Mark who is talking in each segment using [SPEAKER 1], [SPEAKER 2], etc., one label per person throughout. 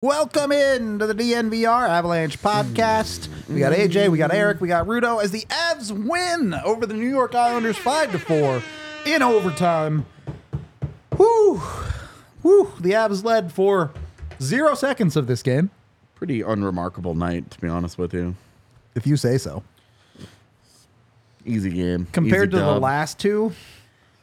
[SPEAKER 1] Welcome in to the DNVR Avalanche podcast. We got AJ, we got Eric, we got Rudo as the Avs win over the New York Islanders 5 to 4 in overtime. Woo! Woo! The Avs led for 0 seconds of this game,
[SPEAKER 2] pretty unremarkable night, to be honest with you.
[SPEAKER 1] if you say so.
[SPEAKER 2] Easy game
[SPEAKER 1] Compared
[SPEAKER 2] Easy
[SPEAKER 1] to the
[SPEAKER 2] dub.
[SPEAKER 1] last two,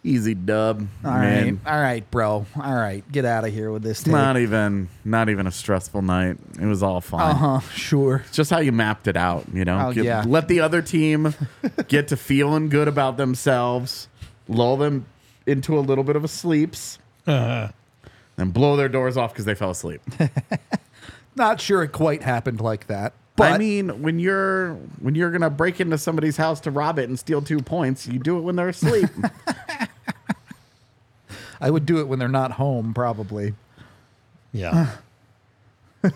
[SPEAKER 2] Easy dub.
[SPEAKER 1] All right,
[SPEAKER 2] man.
[SPEAKER 1] all right, bro. All right, get out of here with this.
[SPEAKER 2] Not even, not even a stressful night. It was all fine.
[SPEAKER 1] Uh huh. Sure.
[SPEAKER 2] It's Just how you mapped it out, you know.
[SPEAKER 1] Oh,
[SPEAKER 2] Get-
[SPEAKER 1] yeah.
[SPEAKER 2] Let the other team get to feeling good about themselves, lull them into a little bit of a sleeps,
[SPEAKER 1] Uh-huh.
[SPEAKER 2] and blow their doors off because they fell asleep.
[SPEAKER 1] Not sure it quite happened like that, but
[SPEAKER 2] But I mean, when you're when you're gonna break into somebody's house to rob it and steal two points, you do it when they're asleep.
[SPEAKER 1] I would do it when they're not home, probably.
[SPEAKER 3] Yeah.
[SPEAKER 2] Yeah,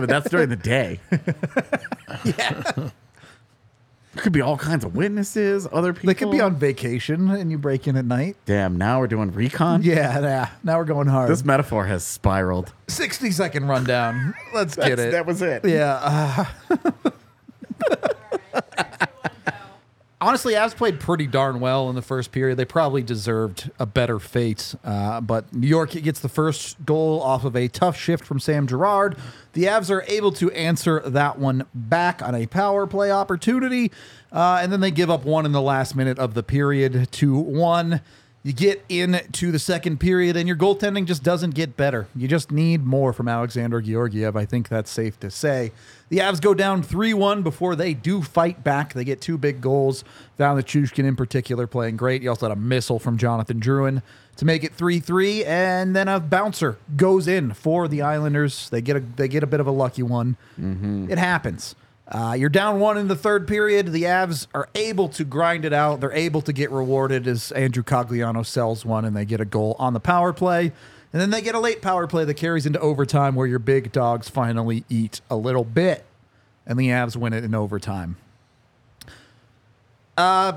[SPEAKER 2] but that's during the day. yeah. Could be all kinds of witnesses, other people.
[SPEAKER 1] They could be on vacation and you break in at night.
[SPEAKER 2] Damn, now we're doing recon?
[SPEAKER 1] Yeah, yeah. Now we're going hard.
[SPEAKER 2] This metaphor has spiraled.
[SPEAKER 1] 60 second rundown. Let's get
[SPEAKER 2] That's-
[SPEAKER 1] it.
[SPEAKER 2] That was it.
[SPEAKER 1] yeah. Uh, Honestly, Avs played pretty darn well in the first period. They probably deserved a better fate. Uh, but New York gets the first goal off of a tough shift from Sam Gerard. The Avs are able to answer that one back on a power play opportunity. Uh, and then they give up one in the last minute of the period to one. You get into the second period, and your goaltending just doesn't get better. You just need more from Alexander Georgiev. I think that's safe to say. The Avs go down 3 1 before they do fight back. They get two big goals. Found the Chushkin in particular playing great. He also had a missile from Jonathan Druin to make it 3 3. And then a bouncer goes in for the Islanders. They get a, they get a bit of a lucky one. It happens. Uh, you're down one in the third period. The Avs are able to grind it out. They're able to get rewarded as Andrew Cogliano sells one and they get a goal on the power play. And then they get a late power play that carries into overtime where your big dogs finally eat a little bit. And the Avs win it in overtime. Uh, uh,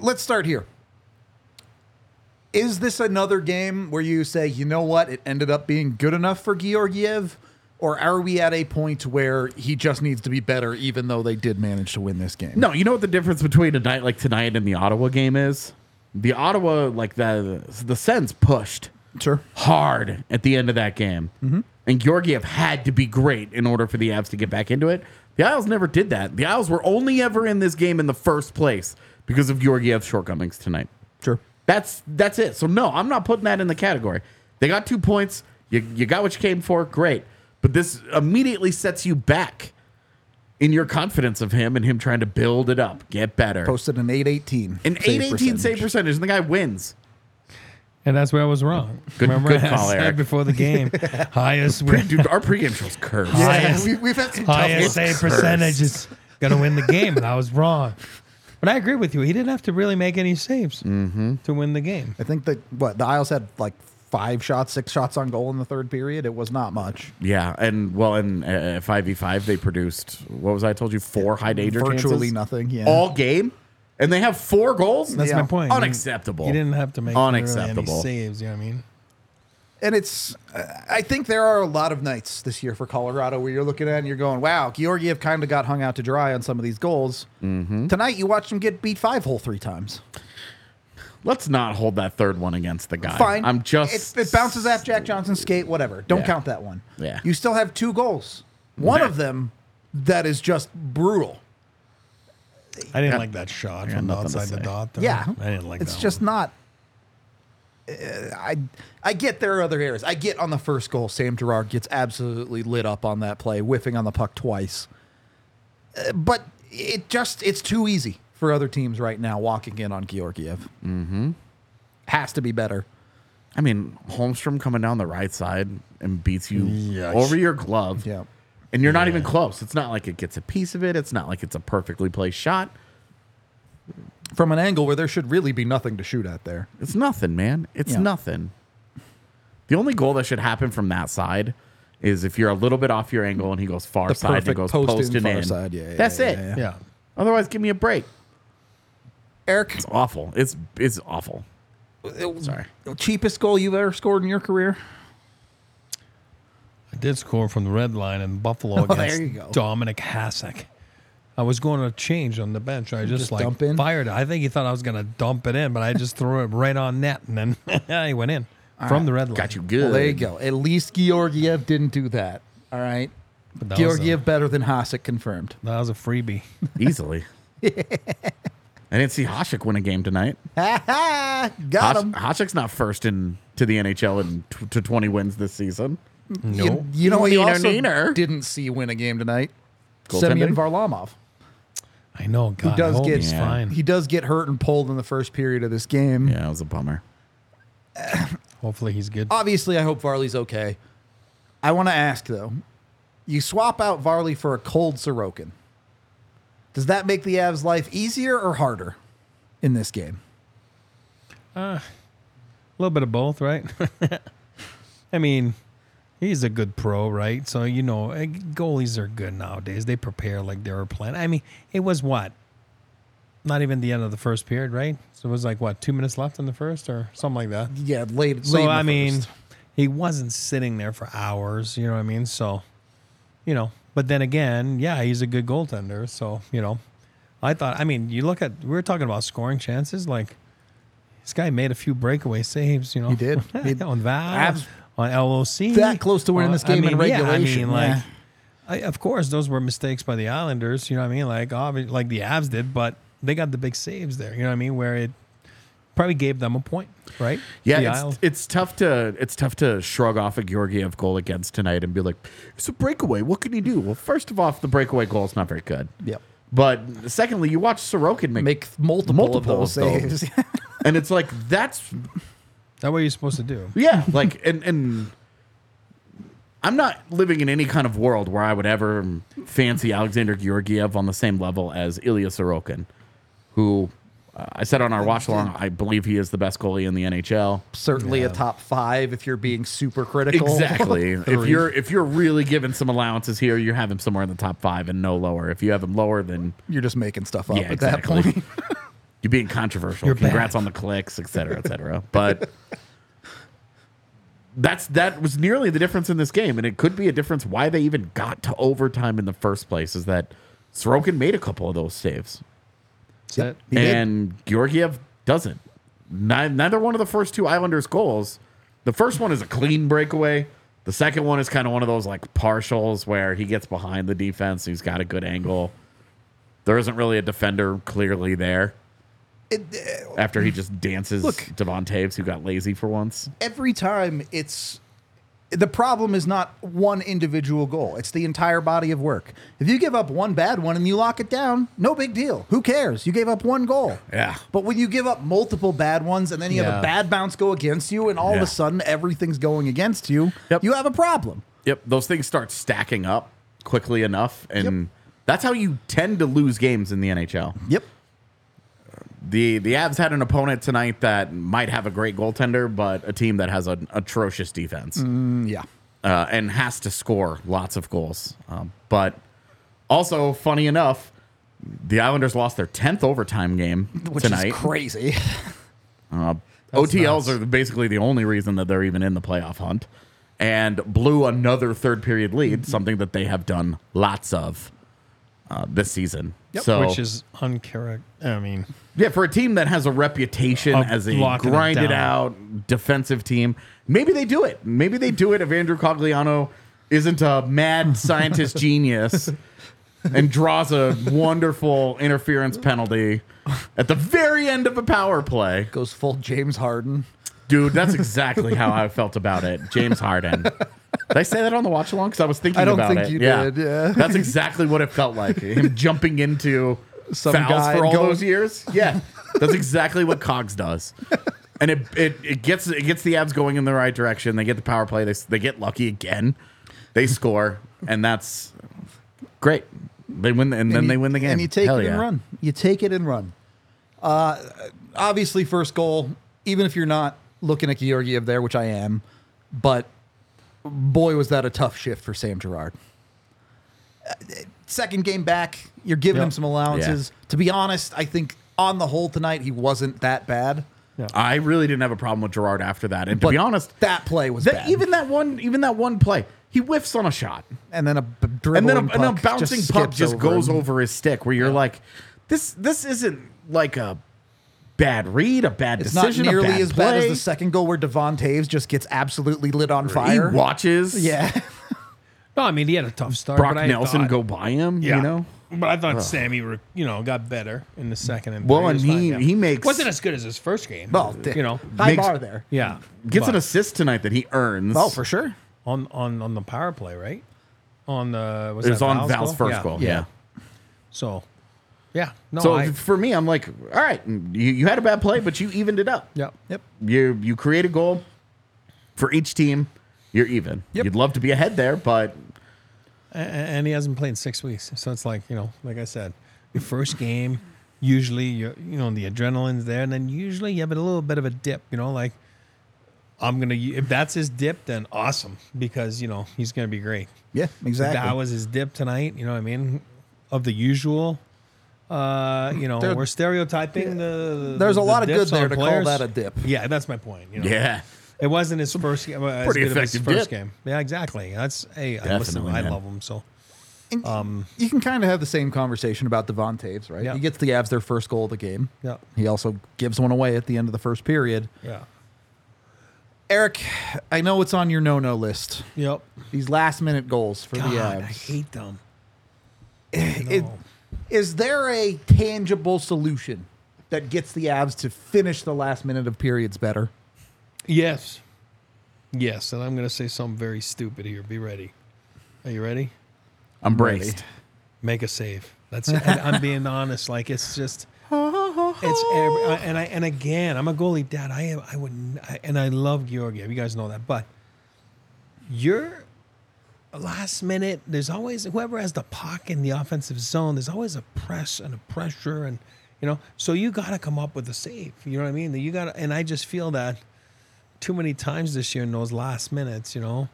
[SPEAKER 1] let's start here. Is this another game where you say, you know what, it ended up being good enough for Georgiev? Or are we at a point where he just needs to be better, even though they did manage to win this game?
[SPEAKER 2] No, you know what the difference between a night like tonight and the Ottawa game is? The Ottawa, like the the Sens pushed
[SPEAKER 1] Sure.
[SPEAKER 2] hard at the end of that game.
[SPEAKER 1] Mm-hmm.
[SPEAKER 2] And Georgiev had to be great in order for the Avs to get back into it. The Isles never did that. The Isles were only ever in this game in the first place because of Georgiev's shortcomings tonight.
[SPEAKER 1] Sure.
[SPEAKER 2] That's that's it. So no, I'm not putting that in the category. They got two points. You you got what you came for. Great. But this immediately sets you back in your confidence of him and him trying to build it up, get better.
[SPEAKER 1] Posted an 818.
[SPEAKER 2] an 818 save percentage, and the guy wins.
[SPEAKER 3] And that's where I was wrong.
[SPEAKER 2] Good-
[SPEAKER 3] Remember
[SPEAKER 2] good
[SPEAKER 3] I
[SPEAKER 2] call,
[SPEAKER 3] said
[SPEAKER 2] Eric.
[SPEAKER 3] before the game, highest win,
[SPEAKER 2] Dude, our pregame show's cursed.
[SPEAKER 3] highest,
[SPEAKER 1] we, have had some tough
[SPEAKER 3] highest
[SPEAKER 1] looks.
[SPEAKER 3] save percentage is gonna win the game, and I was wrong. But I agree with you. He didn't have to really make any saves
[SPEAKER 2] Mm-hmm.
[SPEAKER 3] to win the game.
[SPEAKER 1] I think that, what, the Isles had like five shots, six shots on goal in the third period. It was not much.
[SPEAKER 2] Yeah, and well, in uh, five v five, they produced what was I told you four high danger
[SPEAKER 1] Virtually
[SPEAKER 2] chances?
[SPEAKER 1] nothing, yeah.
[SPEAKER 2] all game, and they have four goals.
[SPEAKER 3] That's
[SPEAKER 1] Yeah.
[SPEAKER 3] my point.
[SPEAKER 2] Unacceptable.
[SPEAKER 3] He didn't have to make really
[SPEAKER 2] Unacceptable.
[SPEAKER 3] any saves. You know what I mean?
[SPEAKER 1] And it's, uh, I think there are a lot of nights this year for Colorado where you're looking at it and you're going, wow, Georgiev kind of got hung out to dry on some of these goals.
[SPEAKER 2] Mm-hmm.
[SPEAKER 1] Tonight, you watched him get beat five hole three times.
[SPEAKER 2] Let's not hold that third one against the guy.
[SPEAKER 1] Fine.
[SPEAKER 2] I'm just.
[SPEAKER 1] It, it bounces off Jack Johnson's skate, whatever. Don't
[SPEAKER 2] Yeah.
[SPEAKER 1] count that one.
[SPEAKER 2] Yeah.
[SPEAKER 1] You still have two goals. One of them that is just brutal.
[SPEAKER 3] I didn't like that shot from
[SPEAKER 2] nothing to
[SPEAKER 3] outside the
[SPEAKER 2] say.
[SPEAKER 3] dot. Though.
[SPEAKER 1] Yeah,
[SPEAKER 3] Uh-huh. I didn't like
[SPEAKER 1] It's
[SPEAKER 3] that.
[SPEAKER 1] just not. uh, I I get there are other errors. I get on the first goal, Sam Gerard gets absolutely lit up on that play, whiffing on the puck twice. Uh, but it just it's too easy for other teams right now walking in on Georgiev. Mm-hmm. Has to be better.
[SPEAKER 2] I mean, Holmstrom coming down the right side and beats you over your glove.
[SPEAKER 1] Yeah.
[SPEAKER 2] And you're not even close. It's not like it gets a piece of it. It's not like it's a perfectly placed shot.
[SPEAKER 1] from an angle where there should really be nothing to shoot at there.
[SPEAKER 2] It's nothing, man. It's
[SPEAKER 1] Yeah.
[SPEAKER 2] nothing. The only goal that should happen from that side is if you're a little bit off your angle and he goes far
[SPEAKER 1] The
[SPEAKER 2] side and
[SPEAKER 1] perfect
[SPEAKER 2] goes
[SPEAKER 1] post
[SPEAKER 2] post,
[SPEAKER 1] in,
[SPEAKER 2] and
[SPEAKER 1] far
[SPEAKER 2] in.
[SPEAKER 1] side. Yeah, yeah,
[SPEAKER 2] That's
[SPEAKER 1] yeah,
[SPEAKER 2] it.
[SPEAKER 1] yeah,
[SPEAKER 3] Yeah.
[SPEAKER 2] Otherwise, give me a break.
[SPEAKER 1] Eric, uh,
[SPEAKER 2] It's awful. It's it's awful. Sorry.
[SPEAKER 1] cheapest goal you've ever scored in your career?
[SPEAKER 3] I did score from the red line in Buffalo
[SPEAKER 1] Oh, there
[SPEAKER 3] against
[SPEAKER 1] you go.
[SPEAKER 3] Dominic Hasek. I was going to change on the bench. I just,
[SPEAKER 1] Just
[SPEAKER 3] like
[SPEAKER 1] dump in?
[SPEAKER 3] fired. it. I think he thought I was going to dump it in, but I just threw it right on net, and then he went in from the red line.
[SPEAKER 2] Got you good.
[SPEAKER 1] Well, there you go. At least Georgiev didn't do that. All right.
[SPEAKER 3] But that was a-
[SPEAKER 1] Georgiev better than Hasek confirmed.
[SPEAKER 3] That was a freebie.
[SPEAKER 2] Easily. I didn't see Hashik win a game tonight.
[SPEAKER 1] Ha ha! Got
[SPEAKER 2] Hash-
[SPEAKER 1] him.
[SPEAKER 2] Hashik's not first in to the NHL in t- to 20 wins this season.
[SPEAKER 1] You- You, know what you
[SPEAKER 2] Neener,
[SPEAKER 1] also
[SPEAKER 2] neener.
[SPEAKER 1] didn't see win a game tonight?
[SPEAKER 2] Goaltending?
[SPEAKER 1] Semyon Varlamov.
[SPEAKER 3] I know. God,
[SPEAKER 1] does
[SPEAKER 3] I hope
[SPEAKER 1] get-
[SPEAKER 3] he's
[SPEAKER 2] Yeah.
[SPEAKER 3] fine.
[SPEAKER 1] He does get hurt and pulled in the first period of this game.
[SPEAKER 2] Yeah, it was a bummer.
[SPEAKER 3] Hopefully, he's good.
[SPEAKER 1] Obviously, I hope Varley's okay. I want to ask though, you swap out Varley for a cold Sorokin. Does that make the Avs' life easier or harder in this game?
[SPEAKER 3] A little bit of both, right? I mean, he's a good pro, right? So you know, eh, goalies are good nowadays. They prepare like they were playing. I mean, it was what? Not even the end of the first period, right? So it was like what, two minutes left in the first, or something like that.
[SPEAKER 1] Yeah, late. late
[SPEAKER 3] So
[SPEAKER 1] in the
[SPEAKER 3] I mean,
[SPEAKER 1] first.
[SPEAKER 3] he wasn't sitting there for hours. You know what I mean? So, you know, but then again, yeah, he's a good goaltender. So you know, I thought. I mean, you look at we were talking about scoring chances. Like this guy made a few breakaway saves. You know,
[SPEAKER 1] He did. He-
[SPEAKER 3] on Val,
[SPEAKER 1] Abs-
[SPEAKER 3] on LOC,
[SPEAKER 1] That close to winning
[SPEAKER 3] on-
[SPEAKER 1] this game in
[SPEAKER 3] yeah,
[SPEAKER 1] regulation,
[SPEAKER 3] I Uh, mean,
[SPEAKER 1] yeah.
[SPEAKER 3] like. I, of course, those were mistakes by the Islanders. You know what I mean? Like, obvi- like the Avs did, but they got the big saves there. You know what I mean? Where it probably gave them a point, right?
[SPEAKER 2] Yeah,
[SPEAKER 3] The
[SPEAKER 2] it's,
[SPEAKER 3] Isles.
[SPEAKER 2] it's tough to it's tough to shrug off a Georgiev goal against tonight and be like, it's a breakaway. What can he do? Well, first of all, the breakaway goal is not very good.
[SPEAKER 1] Yep.
[SPEAKER 2] But secondly, you watch Sorokin make,
[SPEAKER 1] make multiple,
[SPEAKER 2] multiple
[SPEAKER 1] of those
[SPEAKER 2] of
[SPEAKER 1] saves.
[SPEAKER 2] those. and it's like that's
[SPEAKER 3] that what you're supposed to do.
[SPEAKER 2] yeah, like and and I'm not living in any kind of world where I would ever fancy Alexander Georgiev on the same level as Ilya Sorokin, who uh, I said on our watch along, I believe he is the best goalie in the NHL.
[SPEAKER 1] Certainly a top five if you're being super critical.
[SPEAKER 2] Exactly. if
[SPEAKER 1] Three.
[SPEAKER 2] you're if you're really giving some allowances here, you have him somewhere in the top five and no lower. If you have him lower, then
[SPEAKER 1] you're just making stuff up
[SPEAKER 2] yeah,
[SPEAKER 1] at
[SPEAKER 2] exactly.
[SPEAKER 1] that point.
[SPEAKER 2] You're being controversial.
[SPEAKER 3] You're
[SPEAKER 2] Congrats
[SPEAKER 3] bad.
[SPEAKER 2] on the clicks, et cetera, et cetera. But that's that was nearly the difference in this game, and it could be a difference why they even got to overtime in the first place. Is that Sorokin made a couple of those saves,
[SPEAKER 3] That's
[SPEAKER 1] Yep.
[SPEAKER 3] it.
[SPEAKER 1] He did.
[SPEAKER 2] and Georgiev doesn't. Ni- neither one of the first two Islanders' goals. The first one is a clean breakaway. The second one is kind of one of those like partials where he gets behind the defense. He's got a good angle. There isn't really a defender clearly there
[SPEAKER 1] It- uh,
[SPEAKER 2] after he just dances
[SPEAKER 1] Look.
[SPEAKER 2] Devon Taves, who got lazy for once.
[SPEAKER 1] every time it's the problem is not one individual goal it's the entire body of work if you give up one bad one and you lock it down no big deal who cares you gave up one goal
[SPEAKER 2] Yeah.
[SPEAKER 1] but when you give up multiple bad ones and then you have
[SPEAKER 3] Yeah.
[SPEAKER 1] a bad bounce go against you and all of
[SPEAKER 2] Yeah.
[SPEAKER 1] a sudden everything's going against you
[SPEAKER 2] Yep.
[SPEAKER 1] you have a problem
[SPEAKER 2] Yep, those things start stacking up quickly enough, and that's how you tend to lose games in the NHL.
[SPEAKER 1] yep
[SPEAKER 2] the The Avs had an opponent tonight that might have a great goaltender, but a team that has an atrocious defense
[SPEAKER 1] Mm, yeah
[SPEAKER 2] uh, and has to score lots of goals. Um, but also, funny enough, the Islanders lost their tenth overtime game
[SPEAKER 1] which
[SPEAKER 2] tonight.
[SPEAKER 1] is crazy
[SPEAKER 2] OTLs are basically the only reason that they're even in the playoff hunt and blew another third period lead, something that they have done lots of uh, this season. So,
[SPEAKER 3] Which is uncharacter. I mean,
[SPEAKER 2] yeah, for a team that has a reputation
[SPEAKER 3] Of
[SPEAKER 2] as a
[SPEAKER 3] locking it
[SPEAKER 2] grinded
[SPEAKER 3] down.
[SPEAKER 2] out defensive team, maybe they do it. Maybe they do it if Andrew Cogliano isn't a mad scientist genius and draws a wonderful interference penalty at the very end of a power play.
[SPEAKER 1] goes full james harden
[SPEAKER 2] Dude, that's exactly how I felt about it. James Harden. Did I say that on the watch along? Because I was thinking
[SPEAKER 1] I don't
[SPEAKER 2] about
[SPEAKER 1] think
[SPEAKER 2] it.
[SPEAKER 1] you did, yeah.
[SPEAKER 2] That's exactly what it felt like. Him jumping into
[SPEAKER 1] Some
[SPEAKER 2] fouls
[SPEAKER 1] guy
[SPEAKER 2] for
[SPEAKER 1] and
[SPEAKER 2] all
[SPEAKER 1] going-
[SPEAKER 2] those years. Yeah. That's exactly what Cogs does. and it, it it gets it gets the abs going in the right direction. They get the power play. They s- they get lucky again. They score, and that's great. They win, and, then
[SPEAKER 1] you-
[SPEAKER 2] they win the game.
[SPEAKER 1] And you take
[SPEAKER 2] Hell
[SPEAKER 1] it
[SPEAKER 2] yeah.
[SPEAKER 1] and run. You take it and run. Uh, obviously, first goal, even if you're not looking at Georgiev there, which I am, but boy, was that a tough shift for Sam Gerard. Second game back, you're giving
[SPEAKER 3] Yeah.
[SPEAKER 1] him some allowances. To be honest, I think on the whole tonight, he wasn't that bad.
[SPEAKER 2] I really didn't have a problem with Gerard after that. And to
[SPEAKER 1] But
[SPEAKER 2] be honest,
[SPEAKER 1] that play was
[SPEAKER 2] that,
[SPEAKER 1] bad.
[SPEAKER 2] even that one even that one play, he whiffs on a shot.
[SPEAKER 1] and then a b-
[SPEAKER 2] and then a,
[SPEAKER 1] dribbling
[SPEAKER 2] and a
[SPEAKER 1] puck just
[SPEAKER 2] bouncing puck
[SPEAKER 1] skips
[SPEAKER 2] just goes
[SPEAKER 1] him.
[SPEAKER 2] over his stick where you're like this this isn't like a bad read a bad
[SPEAKER 1] It's not
[SPEAKER 2] decision
[SPEAKER 1] nearly
[SPEAKER 2] a bad
[SPEAKER 1] as bad as
[SPEAKER 2] play.
[SPEAKER 1] the second goal where Devon Taves just gets absolutely lit on
[SPEAKER 2] he
[SPEAKER 1] fire.
[SPEAKER 2] watches
[SPEAKER 1] yeah.
[SPEAKER 3] No, I mean he had a tough start.
[SPEAKER 2] brock
[SPEAKER 3] but I
[SPEAKER 2] nelson
[SPEAKER 3] thought,
[SPEAKER 2] go by him you know
[SPEAKER 3] But I thought Sammy, re- you know, got better in the second and
[SPEAKER 2] Well,
[SPEAKER 3] third.
[SPEAKER 2] and
[SPEAKER 3] It's not-
[SPEAKER 2] he-
[SPEAKER 3] yeah.
[SPEAKER 2] he makes-
[SPEAKER 3] wasn't as good as his first game.
[SPEAKER 1] Well,
[SPEAKER 3] you know,
[SPEAKER 1] high
[SPEAKER 2] makes-
[SPEAKER 1] bar there.
[SPEAKER 3] yeah,
[SPEAKER 2] gets
[SPEAKER 3] but
[SPEAKER 2] an assist tonight that he earns
[SPEAKER 1] Oh, for sure.
[SPEAKER 3] on on on the power play, right? On the was
[SPEAKER 2] it was
[SPEAKER 3] that
[SPEAKER 2] on val's first
[SPEAKER 3] Yeah.
[SPEAKER 2] goal
[SPEAKER 3] Yeah.
[SPEAKER 2] yeah,
[SPEAKER 3] So, yeah, no,
[SPEAKER 2] so
[SPEAKER 3] I,
[SPEAKER 2] for me i'm like all right you, you had a bad play but you evened it up
[SPEAKER 3] yeah,
[SPEAKER 1] Yep.
[SPEAKER 2] you you create a goal for each team you're even
[SPEAKER 1] Yep.
[SPEAKER 2] you'd love to be ahead there but
[SPEAKER 3] A- a- and he hasn't played in six weeks. So it's like you know, like I said, your first game, usually you you know the adrenaline's there, and then usually you have a little bit of a dip. You know, like I'm gonna if that's his dip, then awesome because you know he's gonna be great.
[SPEAKER 1] Yeah, exactly.
[SPEAKER 3] That was his dip tonight. You know what I mean? Of the usual. Uh, you know,
[SPEAKER 1] There-
[SPEAKER 3] we're stereotyping the.
[SPEAKER 1] There's a
[SPEAKER 3] the
[SPEAKER 1] lot of good
[SPEAKER 3] dips on
[SPEAKER 1] there to call
[SPEAKER 3] players.
[SPEAKER 1] that a dip.
[SPEAKER 3] Yeah, that's my point. You know?
[SPEAKER 2] yeah
[SPEAKER 3] It wasn't his first game. uh, As
[SPEAKER 2] Pretty
[SPEAKER 3] good of his
[SPEAKER 2] effective
[SPEAKER 3] first
[SPEAKER 2] dip.
[SPEAKER 3] game. Yeah, exactly. That's hey, I listen,
[SPEAKER 2] Definitely,
[SPEAKER 3] I
[SPEAKER 2] man.
[SPEAKER 3] love him so.
[SPEAKER 1] And you can kind of have the same conversation about Devon Taves, right?
[SPEAKER 3] Yeah.
[SPEAKER 1] He gets the Avs their first goal of the game.
[SPEAKER 3] Yeah.
[SPEAKER 1] He also gives one away at the end of the first period.
[SPEAKER 3] Yeah.
[SPEAKER 1] Eric, I know it's on your no-no list.
[SPEAKER 3] Yep.
[SPEAKER 1] These last-minute goals for the
[SPEAKER 3] God, I
[SPEAKER 1] Avs.
[SPEAKER 3] hate them.
[SPEAKER 1] It- is there a tangible solution that gets the Avs to finish the last minute of periods better?
[SPEAKER 3] Yes. Yes, and I'm going to say something very stupid here. Be ready. Are you ready?
[SPEAKER 2] i'm braced
[SPEAKER 3] Make a save. That's it. And I'm being honest. Like it's just it's every, I- and I and again, I'm a goalie dad. I am. I would n- I, and I love Georgiev. You guys know that, but you're last minute. There's always whoever has the puck in the offensive zone. There's always a press and a pressure, and you know. So you got to come up with a save. You know what I mean? You got. to And I just feel that too many times this year in those last minutes. You know.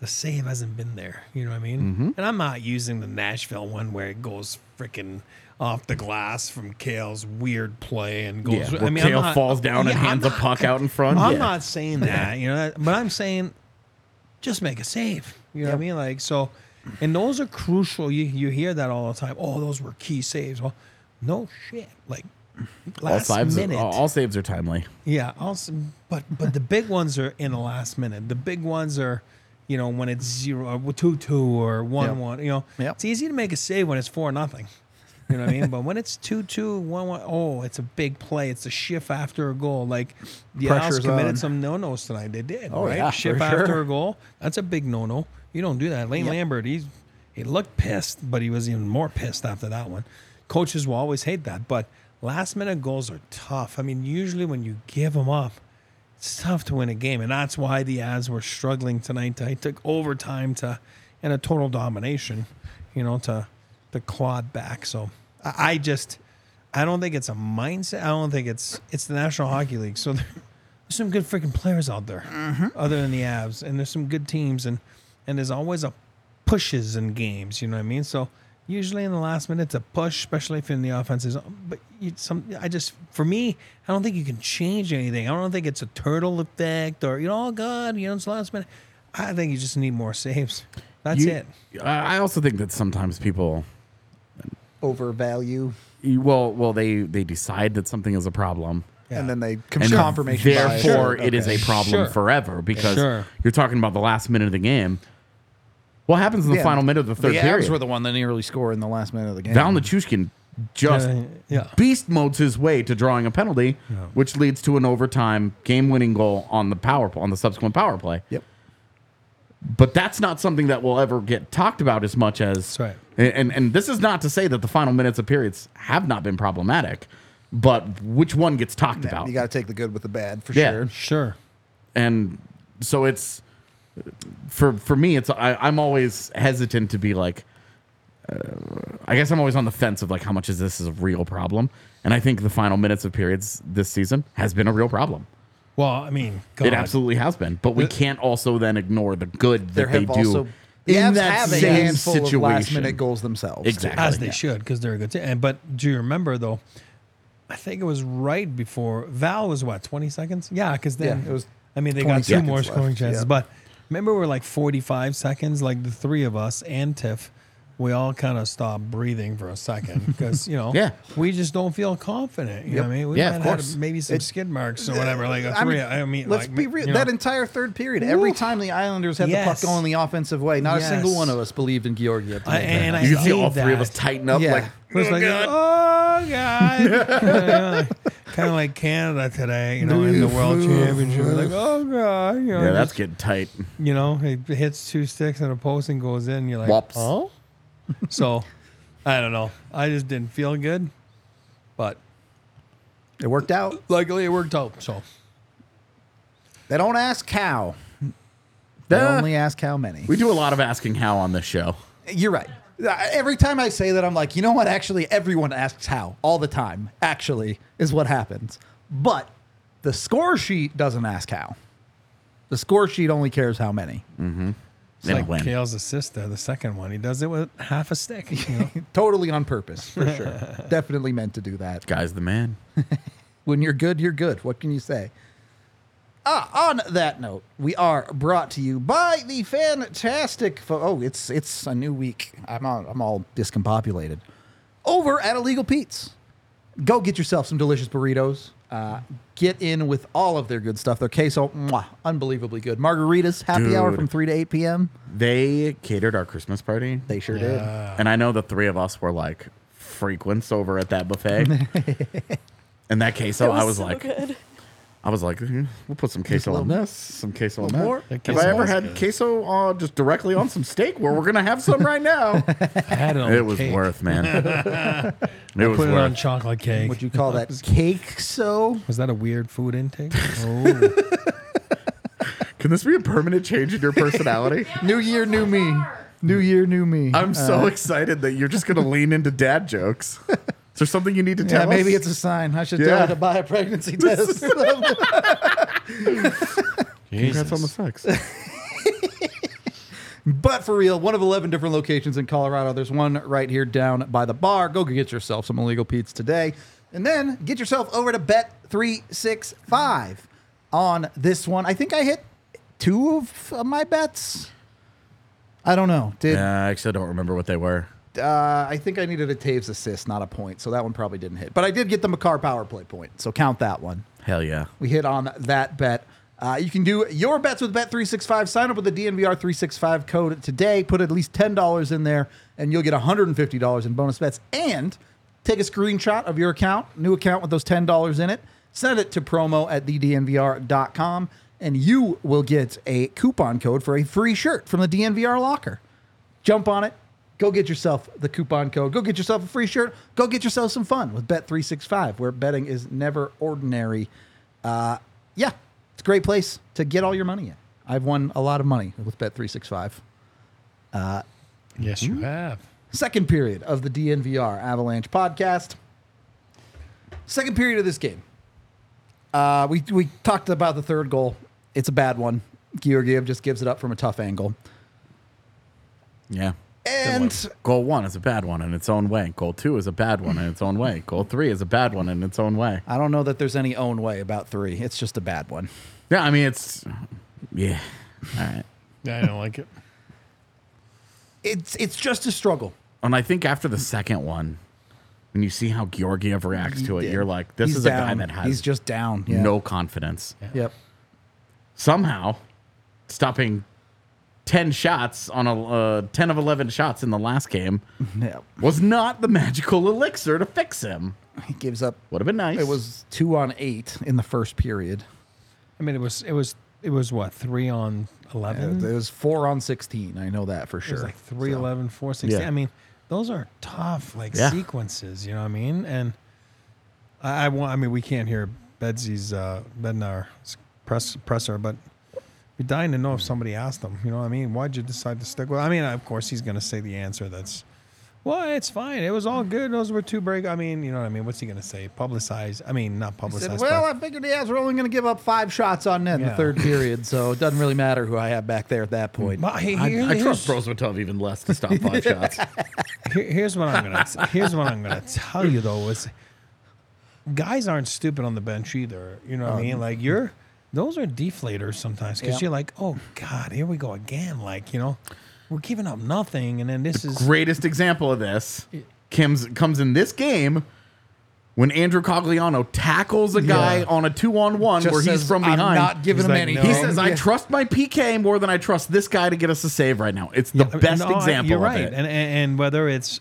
[SPEAKER 3] The save hasn't been there, you know what I mean.
[SPEAKER 2] Mm-hmm.
[SPEAKER 3] And I'm not using the Nashville one where it goes freaking off the glass from Kale's weird play and goes.
[SPEAKER 2] Yeah, where
[SPEAKER 3] I mean,
[SPEAKER 2] Kale
[SPEAKER 3] I'm not-
[SPEAKER 2] falls down and
[SPEAKER 3] Yeah, I'm
[SPEAKER 2] hands a
[SPEAKER 3] not-
[SPEAKER 2] puck out in front.
[SPEAKER 3] I'm
[SPEAKER 2] Yeah.
[SPEAKER 3] not saying that, you know, that- but I'm saying just make a save. You know what I mean? Like so, and those are crucial. You you hear that all the time. Oh, those were key saves. Well, no shit. Like
[SPEAKER 2] all
[SPEAKER 3] last
[SPEAKER 2] saves.
[SPEAKER 3] minute.
[SPEAKER 2] Are, all saves are timely.
[SPEAKER 3] yeah. Also, but but the big ones are in the last minute. The big ones are. You know when it's zero, or two two, or one one. You know
[SPEAKER 1] Yep.
[SPEAKER 3] it's easy to make a save when it's four nothing. You know what I mean? But when it's two two, one one, oh, it's a big play. It's a shift after a goal. Like the Owls
[SPEAKER 1] Pressure's
[SPEAKER 3] committed
[SPEAKER 1] on.
[SPEAKER 3] some no nos tonight. They did.
[SPEAKER 1] Oh,
[SPEAKER 3] right?
[SPEAKER 1] yeah,
[SPEAKER 3] shift
[SPEAKER 1] for
[SPEAKER 3] after
[SPEAKER 1] sure.
[SPEAKER 3] a goal. That's a big no no. You don't do that. Lane Lambert, he's he looked pissed, but he was even more pissed after that one. Coaches will always hate that, but last minute goals are tough. I mean, usually when you give them up, it's tough to win a game, and that's why the ads were struggling tonight. I took overtime to and a total domination, you know, to to claw it back. So I, I just I don't think it's a mindset. I don't think it's it's the National Hockey League. So there- there's some good freaking players out there, other than the Avs, and there's some good teams, and and there's always a pushes in games. You know what I mean? So usually in the last minute, it's a push, especially if in the offense is. But you, some, I just for me, I don't think you can change anything. I don't think it's a turtle effect or you know, oh god, you know, it's last minute. I think you just need more saves. That's
[SPEAKER 2] You-
[SPEAKER 3] it.
[SPEAKER 2] I I also think that sometimes people,
[SPEAKER 1] Overvalue,
[SPEAKER 2] you- well, well, they they decide that something is a problem,
[SPEAKER 3] Yeah.
[SPEAKER 1] and then they com-
[SPEAKER 2] and
[SPEAKER 1] confirmation. bias.
[SPEAKER 2] Therefore,
[SPEAKER 1] Sure,
[SPEAKER 2] it is
[SPEAKER 1] okay.
[SPEAKER 2] a problem
[SPEAKER 3] Sure.
[SPEAKER 2] forever because
[SPEAKER 3] Sure.
[SPEAKER 2] you're talking about the last minute of the game. What happens in the
[SPEAKER 1] Yeah.
[SPEAKER 2] final minute of the third
[SPEAKER 1] the
[SPEAKER 2] period?
[SPEAKER 1] Avs were the one that nearly scored in the last minute of the game.
[SPEAKER 2] Val Nichushkin just
[SPEAKER 3] Uh, yeah.
[SPEAKER 2] beast modes his way to drawing a penalty, which leads to an overtime game-winning goal on the power on the subsequent power play.
[SPEAKER 1] Yep.
[SPEAKER 2] but that's not something that will ever get talked about as much as
[SPEAKER 3] right.
[SPEAKER 2] and and this is not to say that the final minutes of periods have not been problematic but which one gets talked about?
[SPEAKER 1] You got to take the good with the bad for
[SPEAKER 2] Yeah.
[SPEAKER 1] sure.
[SPEAKER 3] Sure.
[SPEAKER 2] and so it's for for me it's I, i'm always hesitant to be like uh, i guess i'm always on the fence of like how much is this is a real problem and i think the final minutes of periods this season has been a real problem
[SPEAKER 3] Well, I mean, God.
[SPEAKER 2] it absolutely has been but we can't also then ignore the good
[SPEAKER 1] There
[SPEAKER 2] that they
[SPEAKER 1] have
[SPEAKER 2] do
[SPEAKER 1] also the
[SPEAKER 2] in
[SPEAKER 1] Avs
[SPEAKER 2] that
[SPEAKER 1] have a
[SPEAKER 2] same
[SPEAKER 1] handful of last
[SPEAKER 2] situation
[SPEAKER 1] minute goals themselves. too.
[SPEAKER 2] Exactly.
[SPEAKER 3] as they
[SPEAKER 2] Yeah.
[SPEAKER 3] should because they're a good team. And but do you remember though? I think it was right before Val was what twenty seconds. Yeah, because then
[SPEAKER 1] Yeah, it was
[SPEAKER 3] I mean, they
[SPEAKER 1] 20
[SPEAKER 3] got two
[SPEAKER 1] seconds
[SPEAKER 3] more
[SPEAKER 1] left,
[SPEAKER 3] scoring chances,
[SPEAKER 1] yeah.
[SPEAKER 3] but remember we're like forty-five seconds, like the three of us and Tiff. We all kind of stopped breathing for a second because you know,
[SPEAKER 2] Yeah.
[SPEAKER 3] we just don't feel confident. You know what I mean? We
[SPEAKER 2] Yeah,
[SPEAKER 3] might
[SPEAKER 2] of
[SPEAKER 3] have
[SPEAKER 2] course.
[SPEAKER 3] had maybe some skid marks or whatever. Like a three, I mean,
[SPEAKER 1] let's
[SPEAKER 3] like,
[SPEAKER 1] be real.
[SPEAKER 3] you know.
[SPEAKER 1] That entire third period, every
[SPEAKER 3] Woo.
[SPEAKER 1] time the Islanders had the puck
[SPEAKER 3] Yes.
[SPEAKER 1] going the offensive way, not a single
[SPEAKER 3] Yes.
[SPEAKER 1] one of us believed in Georgia. at the
[SPEAKER 3] I,
[SPEAKER 1] end.
[SPEAKER 3] and I
[SPEAKER 2] you can see all
[SPEAKER 3] hate
[SPEAKER 2] three of
[SPEAKER 3] that.
[SPEAKER 2] us tighten up
[SPEAKER 1] Yeah.
[SPEAKER 2] like
[SPEAKER 3] It was like, oh god, kind of like Canada today, you know, in the World Championship. Like, oh god, you know,
[SPEAKER 2] yeah that's
[SPEAKER 3] just-
[SPEAKER 2] getting tight
[SPEAKER 3] you know, it hits two sticks and a post and goes in. You're like,
[SPEAKER 2] Whoops.
[SPEAKER 3] oh, so I don't know. I just didn't feel good, but
[SPEAKER 1] it worked out.
[SPEAKER 3] luckily it worked out. So
[SPEAKER 1] They don't ask how. They
[SPEAKER 2] Ah.
[SPEAKER 1] only ask how many.
[SPEAKER 2] we do a lot of asking how on this show
[SPEAKER 1] You're right. I- Every time I say that, I'm like, you know what? Actually, everyone asks how all the time. Actually, is what happens. But the score sheet doesn't ask how. The score sheet only cares how many.
[SPEAKER 3] it's
[SPEAKER 2] Then
[SPEAKER 3] like
[SPEAKER 2] win.
[SPEAKER 3] Kale's sister, the second one. He does it with half a stick. You know?
[SPEAKER 1] Totally on purpose, for sure. Definitely meant to do that.
[SPEAKER 2] guy's the man
[SPEAKER 1] When you're good, you're good. What can you say? Ah, on that note, we are brought to you by the fantastic. Fo- oh, it's it's a new week. I'm all, I'm all discombobulated. Over at Illegal Pete's, go get yourself some delicious burritos. Uh, get in with all of their good stuff. Their queso, mwah, unbelievably good. Margaritas, happy hour
[SPEAKER 2] Dude.
[SPEAKER 1] from three to eight p.m.
[SPEAKER 2] they catered our christmas party
[SPEAKER 1] They sure did.
[SPEAKER 3] Uh.
[SPEAKER 2] And I know the three of us were like frequents over at that buffet. In that queso, I was like, I was like, "Hmm, we'll put some queso on this, some queso on that.
[SPEAKER 1] more.
[SPEAKER 3] That
[SPEAKER 2] Have
[SPEAKER 3] queso
[SPEAKER 2] I ever
[SPEAKER 3] was
[SPEAKER 2] had
[SPEAKER 3] good.
[SPEAKER 2] queso on just directly on some steak? Where we're gonna have some right now.
[SPEAKER 3] I had it on
[SPEAKER 2] it was
[SPEAKER 3] cake.
[SPEAKER 2] worth, man. it was
[SPEAKER 3] Put it on
[SPEAKER 2] worth.
[SPEAKER 3] chocolate cake.
[SPEAKER 1] Would you call that cake? So
[SPEAKER 3] was that a weird food intake? Oh.
[SPEAKER 2] Can this be a permanent change in your personality?
[SPEAKER 1] new year, new me. New year, new me.
[SPEAKER 2] I'm so excited that you're just gonna lean into dad jokes. Is there something you need to
[SPEAKER 1] Yeah,
[SPEAKER 2] tell
[SPEAKER 1] maybe
[SPEAKER 2] us?
[SPEAKER 1] it's a sign. I should
[SPEAKER 2] Yeah.
[SPEAKER 1] tell her to buy a pregnancy test.
[SPEAKER 2] Congrats on the sex.
[SPEAKER 1] but for real, one of 11 different locations in Colorado. There's one right here down by the bar. Go get yourself some illegal pizza today. And then get yourself over to Bet365 on this one. I think I hit two of uh, my bets. I don't know. Did
[SPEAKER 2] Yeah, I actually don't remember what they were.
[SPEAKER 1] uh, I think I needed a Taves assist, not a point. So that one probably didn't hit. But I did get the McCarr power play point. So count that one.
[SPEAKER 2] Hell yeah.
[SPEAKER 1] We hit on that bet. Uh, you can do your bets with Bet365. Sign up with the DNVR365 code today. Put at least $10 in there, and you'll get $150 in bonus bets. And take a screenshot of your account, new account with those $10 in it. Send it to promo at thednvr.com, and you will get a coupon code for a free shirt from the DNVR locker jump on it. Go get yourself the coupon code. Go get yourself a free shirt. Go get yourself some fun with Bet365, where betting is never ordinary. Uh, yeah, it's a great place to get all your money in. I've won a lot of money with Bet365.
[SPEAKER 3] yes, you have.
[SPEAKER 1] Second period of the DNVR Avalanche podcast. Second period of this game. Uh, we, we talked about the third goal. It's a bad one. Georgiev just gives it up from a tough angle.
[SPEAKER 2] Yeah.
[SPEAKER 1] And-
[SPEAKER 2] Similar. goal one is a bad one in its own way. Goal two is a bad one in its own way. Goal three is a bad one in its own way.
[SPEAKER 1] I don't know that there's any own way about three. It's just a bad one.
[SPEAKER 2] Yeah, I mean it's yeah. All right.
[SPEAKER 3] I don't like it.
[SPEAKER 1] It's it's just a struggle.
[SPEAKER 2] And I think after the second one, when you see how Georgiev reacts to it,
[SPEAKER 1] Yeah.
[SPEAKER 2] you're like, this
[SPEAKER 1] He's
[SPEAKER 2] is a guy
[SPEAKER 1] down.
[SPEAKER 2] that has
[SPEAKER 1] he's just down. Yeah.
[SPEAKER 2] no confidence.
[SPEAKER 1] Yep.
[SPEAKER 2] Somehow stopping ten shots on a uh, ten of eleven shots in the last game
[SPEAKER 1] Yep.
[SPEAKER 2] was not the magical elixir to fix him.
[SPEAKER 1] He gives up.
[SPEAKER 2] Would have been nice.
[SPEAKER 1] It was two on eight in the first period.
[SPEAKER 3] I mean, it was it was it was what three on eleven.
[SPEAKER 1] Uh, It was four on sixteen. I know that for
[SPEAKER 3] Mm-hmm. It was
[SPEAKER 1] sure.
[SPEAKER 3] like three eleven, four sixteen.
[SPEAKER 2] Yeah.
[SPEAKER 3] I mean, those are tough like
[SPEAKER 2] Yeah.
[SPEAKER 3] sequences. You know what I mean? And I, I want. I mean, we can't hear Betsy's uh, Bednar press presser, but be dying to know if somebody asked him. You know what I mean? Why'd you decide to stick with? I mean, of course he's going to say the answer. That's well, it's fine. It was all good. Those were two break. I mean, you know what I mean? What's he going to say? Publicize? I mean, not publicize.
[SPEAKER 1] Said,
[SPEAKER 3] but-
[SPEAKER 1] well, I figured the Avs were only going to give up five shots on net in the
[SPEAKER 3] Yeah.
[SPEAKER 1] third period, so it doesn't really matter who I have back there at that point.
[SPEAKER 3] But he-
[SPEAKER 2] I,
[SPEAKER 3] here-
[SPEAKER 2] I
[SPEAKER 3] here's-
[SPEAKER 2] trust Brozmatov even less to stop five shots.
[SPEAKER 3] Here- here's what I'm gonna here's what I'm gonna tell you though is guys aren't stupid on the bench either. You know what I mean? Like you're those are deflators sometimes because
[SPEAKER 1] Yeah.
[SPEAKER 3] you're like, oh god, here we go again. Like you know, we're giving up nothing, and then this is
[SPEAKER 2] Greatest example of this comes comes in this game when Andrew Cogliano tackles a guy
[SPEAKER 3] Yeah.
[SPEAKER 2] on a two on one
[SPEAKER 1] Just
[SPEAKER 2] where he's
[SPEAKER 1] says,
[SPEAKER 2] from behind.
[SPEAKER 1] I'm not giving
[SPEAKER 3] He's
[SPEAKER 1] him
[SPEAKER 3] like,
[SPEAKER 1] any.
[SPEAKER 3] no.
[SPEAKER 2] He says, "I
[SPEAKER 1] Yeah.
[SPEAKER 2] trust my PK more than I trust this guy to get us a save right now." It's the best
[SPEAKER 3] No, I-
[SPEAKER 2] example.
[SPEAKER 3] You're
[SPEAKER 2] of
[SPEAKER 3] right,
[SPEAKER 2] it.
[SPEAKER 3] And, and and whether it's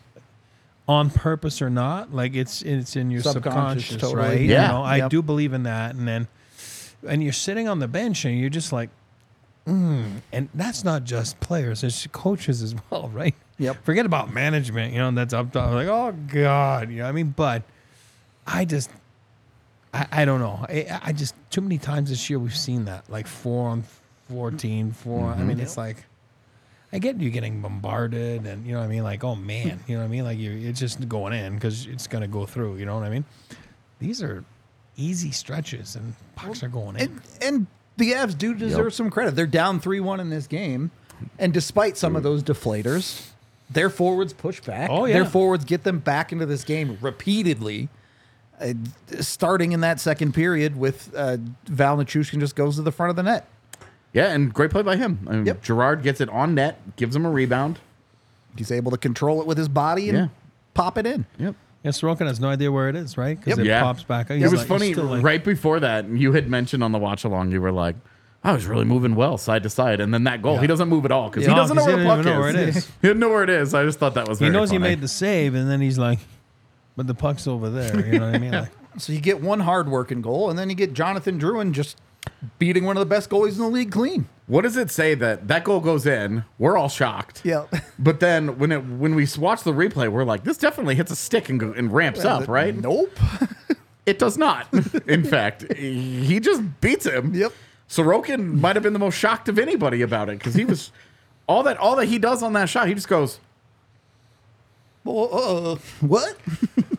[SPEAKER 3] on purpose or not, like it's it's in your
[SPEAKER 1] Subconscious,
[SPEAKER 3] subconscious,
[SPEAKER 1] totally.
[SPEAKER 3] right?
[SPEAKER 2] Yeah.
[SPEAKER 3] you know, I
[SPEAKER 1] Yep.
[SPEAKER 3] do believe in that, and then and you're sitting on the bench and you're just like, mm. and that's not just players; it's coaches as well, right?
[SPEAKER 1] Yep.
[SPEAKER 3] Forget about management, you know. That's up top. Like, oh god, you know. What I mean, but I just. I, I don't know. I, I just too many times this year we've seen that like four on fourteen, four. I
[SPEAKER 1] Mm-hmm.
[SPEAKER 3] mean, it's like I get you getting bombarded, and you know what I mean. Like, oh man, you know what I mean. Like, you it's just going in because it's gonna go through. You know what I mean. These are easy stretches, and pucks are going in.
[SPEAKER 1] And, and the Avs do deserve some credit. They're down 3 1 in this game. And despite some of those deflators, their forwards push back.
[SPEAKER 3] Oh, yeah.
[SPEAKER 1] Their forwards get them back into this game repeatedly. Uh, starting in that second period with uh, Val Nichushkin just goes to the front of the net.
[SPEAKER 2] Yeah, and great play by him. I mean,
[SPEAKER 1] Yep.
[SPEAKER 2] Gerard gets it on net, gives him a rebound.
[SPEAKER 1] He's able to control it with his body and
[SPEAKER 2] Yeah.
[SPEAKER 1] pop it in.
[SPEAKER 2] Yep.
[SPEAKER 3] yeah, Sorokin has no idea where it is, right? Because
[SPEAKER 1] Yep.
[SPEAKER 3] it
[SPEAKER 2] Yeah.
[SPEAKER 3] pops back.
[SPEAKER 2] It was funny. right before that, you had mentioned on the watch along, you were like, I was really moving well side to side. And then that goal, he doesn't move at all because
[SPEAKER 3] Yeah.
[SPEAKER 2] he doesn't
[SPEAKER 3] No,
[SPEAKER 2] know where
[SPEAKER 3] 'cause
[SPEAKER 2] the
[SPEAKER 3] he
[SPEAKER 2] puck
[SPEAKER 3] doesn't even know where it
[SPEAKER 2] is.
[SPEAKER 3] is.
[SPEAKER 2] he didn't know where it is. I just thought that was
[SPEAKER 3] He
[SPEAKER 2] very
[SPEAKER 3] knows he
[SPEAKER 2] funny.
[SPEAKER 3] made the save, and then he's like, "But the puck's over there." You know what I mean? Like,
[SPEAKER 1] So you get one hard working goal, and then you get Jonathan Druin just beating one of the best goalies in the league clean.
[SPEAKER 2] What does it say that that goal goes in? We're all shocked.
[SPEAKER 1] Yeah.
[SPEAKER 2] But then when it when we watch the replay, we're like, this definitely hits a stick and, go, and ramps up, right?
[SPEAKER 1] Nope.
[SPEAKER 2] It does not. In fact, he just beats him.
[SPEAKER 1] Yep.
[SPEAKER 2] Sorokin might have been the most shocked of anybody about it because he was all that all that he does on that shot. He just goes,
[SPEAKER 1] Well, uh, what?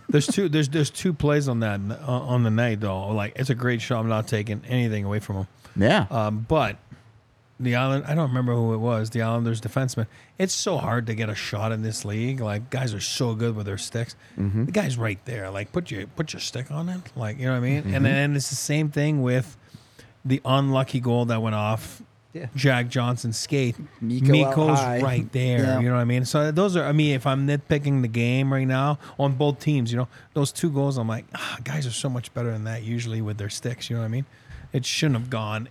[SPEAKER 3] There's two. There's there's two plays on that uh, on the night though. Like it's a great shot. I'm not taking anything away from him.
[SPEAKER 2] yeah,
[SPEAKER 3] Um, but the island. I don't remember who it was. The Islanders defenseman. It's so hard to get a shot in this league. Like guys are so good with their sticks.
[SPEAKER 2] Mm-hmm.
[SPEAKER 3] The guy's right there. Like put your put your stick on it. Like you know what I mean.
[SPEAKER 2] Mm-hmm.
[SPEAKER 3] And then it's the same thing with the unlucky goal that went off.
[SPEAKER 1] Yeah.
[SPEAKER 3] Jack Johnson's skate.
[SPEAKER 1] Miko out
[SPEAKER 3] Miko's
[SPEAKER 1] high.
[SPEAKER 3] right there.
[SPEAKER 1] Yeah.
[SPEAKER 3] You know what I mean? So those are. I mean, if I'm nitpicking the game right now on both teams, you know, those two goals, I'm like, ah, guys are so much better than that usually with their sticks. You know what I mean? It shouldn't have gone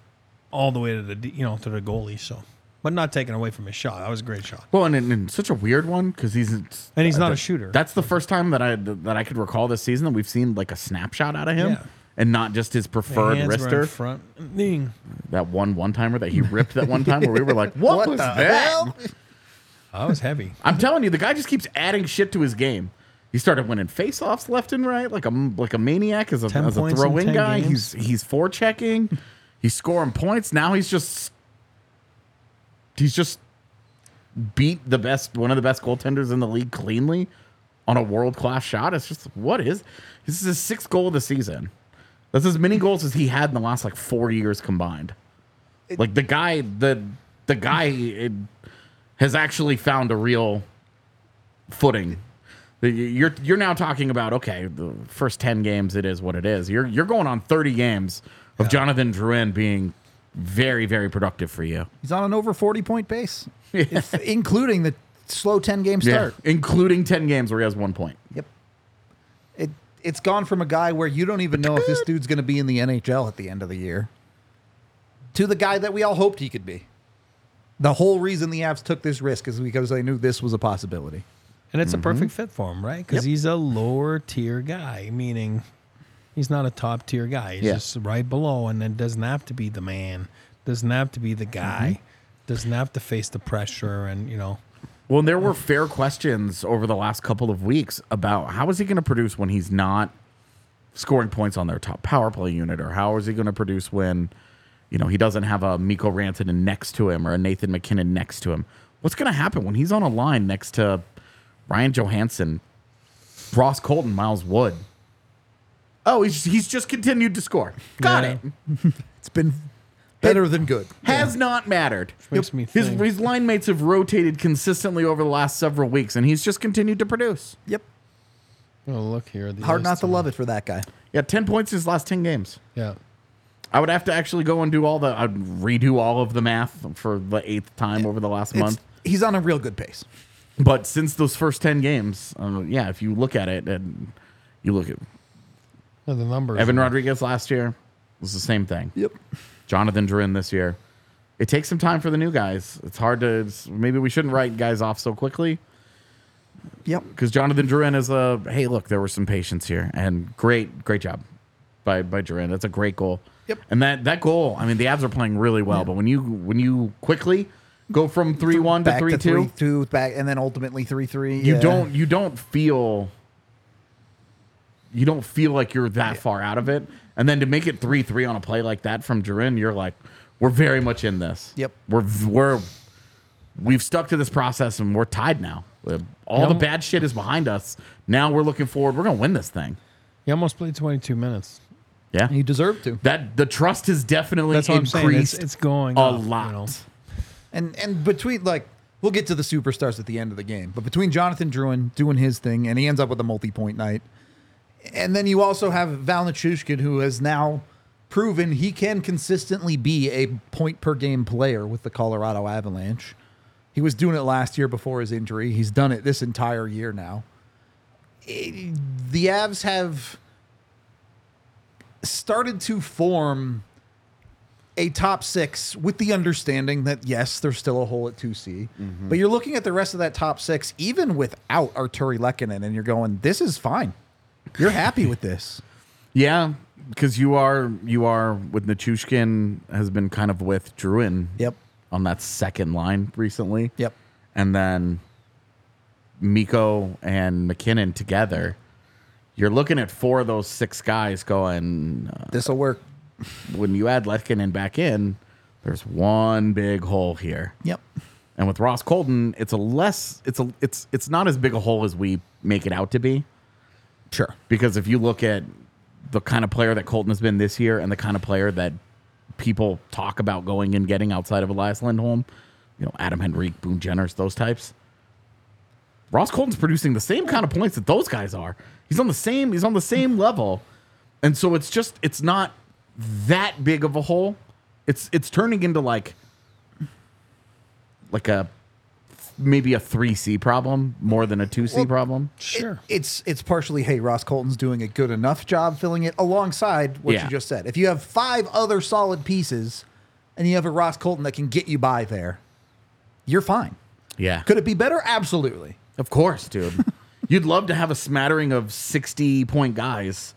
[SPEAKER 3] all the way to the d- you know to the goalie. So, but not taken away from his shot. That was a great shot.
[SPEAKER 2] Well, and, and, and such a weird one because he's and
[SPEAKER 3] he's not a shooter.
[SPEAKER 2] That's the first time that I that I could recall this season that we've seen like a snapshot out of him,
[SPEAKER 3] Yeah.
[SPEAKER 2] and not just his preferred
[SPEAKER 3] Hands were in
[SPEAKER 2] wrister.
[SPEAKER 3] front. Ding.
[SPEAKER 2] That one one timer that he ripped that one time where we were like, "What, was
[SPEAKER 1] the
[SPEAKER 2] that?"
[SPEAKER 1] hell?
[SPEAKER 3] That was heavy.
[SPEAKER 2] I'm telling you, the guy just keeps adding shit to his game. He started winning faceoffs left and right like a like a maniac as a,
[SPEAKER 3] Ten
[SPEAKER 2] as a
[SPEAKER 3] points in
[SPEAKER 2] throw-in
[SPEAKER 3] ten
[SPEAKER 2] guy.
[SPEAKER 3] games.
[SPEAKER 2] He's he's forechecking. he's scoring points. Now he's just he's just beat the best one of the best goaltenders in the league cleanly on a world-class shot. It's just what is this is his sixth goal of the season. That's as many goals as he had in the last like 4 years combined. like the guy the the guy it, has actually found a real footing. The- You're you're now talking about okay, the first ten games it is what it is. You're you're going on thirty games of Jonathan Drouin being very very productive for you.
[SPEAKER 1] He's on an over 40 point pace, if, including the slow 10 game start.
[SPEAKER 2] including ten games where he has one point.
[SPEAKER 1] Yep. It, it's gone from a guy where you don't even know if this dude's going to be in the NHL at the end of the year to the guy that we all hoped he could be. The whole reason the Avs took this risk is because they knew this was a possibility.
[SPEAKER 3] And it's a perfect fit for him, right? Because he's a lower tier guy, meaning he's not a top tier guy. He's
[SPEAKER 2] Yeah.
[SPEAKER 3] just right below, and then doesn't have to be the man, doesn't have to be the guy, doesn't have to face the pressure, and you know,
[SPEAKER 2] Well, and there were fair questions over the last couple of weeks about how is he going to produce when he's not scoring points on their top power play unit, or how is he going to produce when you know he doesn't have a Miko Rantanen next to him or a Nathan McKinnon next to him? What's going to happen when he's on a line next to Ryan Johansson, Ross Colton, Miles Wood? Oh, he's, he's just continued to score. Got
[SPEAKER 3] Yeah.
[SPEAKER 2] it.
[SPEAKER 1] It's been better than good.
[SPEAKER 2] Has not mattered.
[SPEAKER 3] makes me
[SPEAKER 2] his,
[SPEAKER 3] think.
[SPEAKER 2] his line mates have rotated consistently over the last several weeks, and he's just continued to produce.
[SPEAKER 1] Yep.
[SPEAKER 3] Oh, look here. the
[SPEAKER 1] Hard
[SPEAKER 3] list
[SPEAKER 1] not to
[SPEAKER 3] of-
[SPEAKER 1] love it for that guy.
[SPEAKER 2] Yeah, 10 points his last 10 games.
[SPEAKER 3] Yeah.
[SPEAKER 2] I would have to actually go and do all the, I'd redo all of the math for the eighth time over the last
[SPEAKER 1] It's-
[SPEAKER 2] month.
[SPEAKER 1] he's on a real good pace.
[SPEAKER 2] But since those first 10 games, uh, yeah, if you look at it and you look at
[SPEAKER 3] Well, the numbers.
[SPEAKER 2] Evan
[SPEAKER 3] are-
[SPEAKER 2] Rodriguez last year, was the same thing.
[SPEAKER 1] Yep.
[SPEAKER 2] Jonathan Duran this year. It takes some time for the new guys. It's hard to, it's, maybe we shouldn't write guys off so quickly.
[SPEAKER 1] Yep.
[SPEAKER 2] because Jonathan Duran is a hey, look, there was some patience here, and great, great job by by Duran. That's a great goal.
[SPEAKER 1] Yep.
[SPEAKER 2] And that that goal, I mean, the Abs are playing really well, but when you when you quickly go from three one to
[SPEAKER 1] Back
[SPEAKER 2] three
[SPEAKER 1] three
[SPEAKER 2] two,
[SPEAKER 1] two back and then ultimately three three.
[SPEAKER 2] you don't you don't feel you don't feel like you're that far out of it. And then to make it three three on a play like that from Duran, you're like, we're very much in this.
[SPEAKER 1] Yep.
[SPEAKER 2] We're we're we've stuck to this process and we're tied now. Uh, All the
[SPEAKER 3] Yeah.
[SPEAKER 2] bad shit is behind us. Now we're looking forward. We're gonna win this thing.
[SPEAKER 3] He almost played 22 minutes.
[SPEAKER 2] Yeah.
[SPEAKER 1] He deserved to.
[SPEAKER 2] That the trust has definitely
[SPEAKER 3] That's what I'm
[SPEAKER 2] increased
[SPEAKER 3] saying. It's, it's going
[SPEAKER 2] a
[SPEAKER 3] up, you
[SPEAKER 2] lot.
[SPEAKER 3] know.
[SPEAKER 1] And and between like we'll get to the superstars at the end of the game, but between Jonathan Druin doing his thing and he ends up with a multi-point night, and then you also have Valnichushkin who has now proven he can consistently be a point per game player with the Colorado Avalanche. He was doing it last year before his injury. He's done it this entire year now. Eh, The Avs have started to form a top six with the understanding that yes, there's still a hole at 2C, but you're looking at the rest of that top six, even without Arturi Lekkinen, and you're going, this is fine. You're happy with this.
[SPEAKER 2] Yeah, because you are you are with Nachushkin has been kind of with Druin.
[SPEAKER 1] Yep.
[SPEAKER 2] On that second line recently.
[SPEAKER 1] Yep.
[SPEAKER 2] And then Miko and McKinnon together. You're looking at four of those six guys going. Uh,
[SPEAKER 1] This will work.
[SPEAKER 2] when you add Lefkinen back in, there's one big hole here.
[SPEAKER 1] Yep.
[SPEAKER 2] And with Ross Colton, it's a less it's a it's it's not as big a hole as we make it out to be.
[SPEAKER 1] Sure.
[SPEAKER 2] Because if you look at the kind of player that Colton has been this year and the kind of player that people talk about going and getting outside of Elias Lindholm, you know, Adam Henrique, Boone Jenners, those types. Ross Colton's producing the same kind of points that those guys are. He's on the same, he's on the same level. And so it's just it's not that big of a hole. It's it's turning into like like a maybe a 3C problem more than a 2C problem.
[SPEAKER 3] Sure.
[SPEAKER 1] It- it's it's partially, hey, Ross Colton's doing a good enough job filling it alongside what
[SPEAKER 2] Yeah.
[SPEAKER 1] you just said. If you have five other solid pieces and you have a Ross Colton that can get you by there, you're fine.
[SPEAKER 2] Yeah.
[SPEAKER 1] Could it be better? Absolutely.
[SPEAKER 2] Of course, dude. You'd love to have a smattering of 60 point guys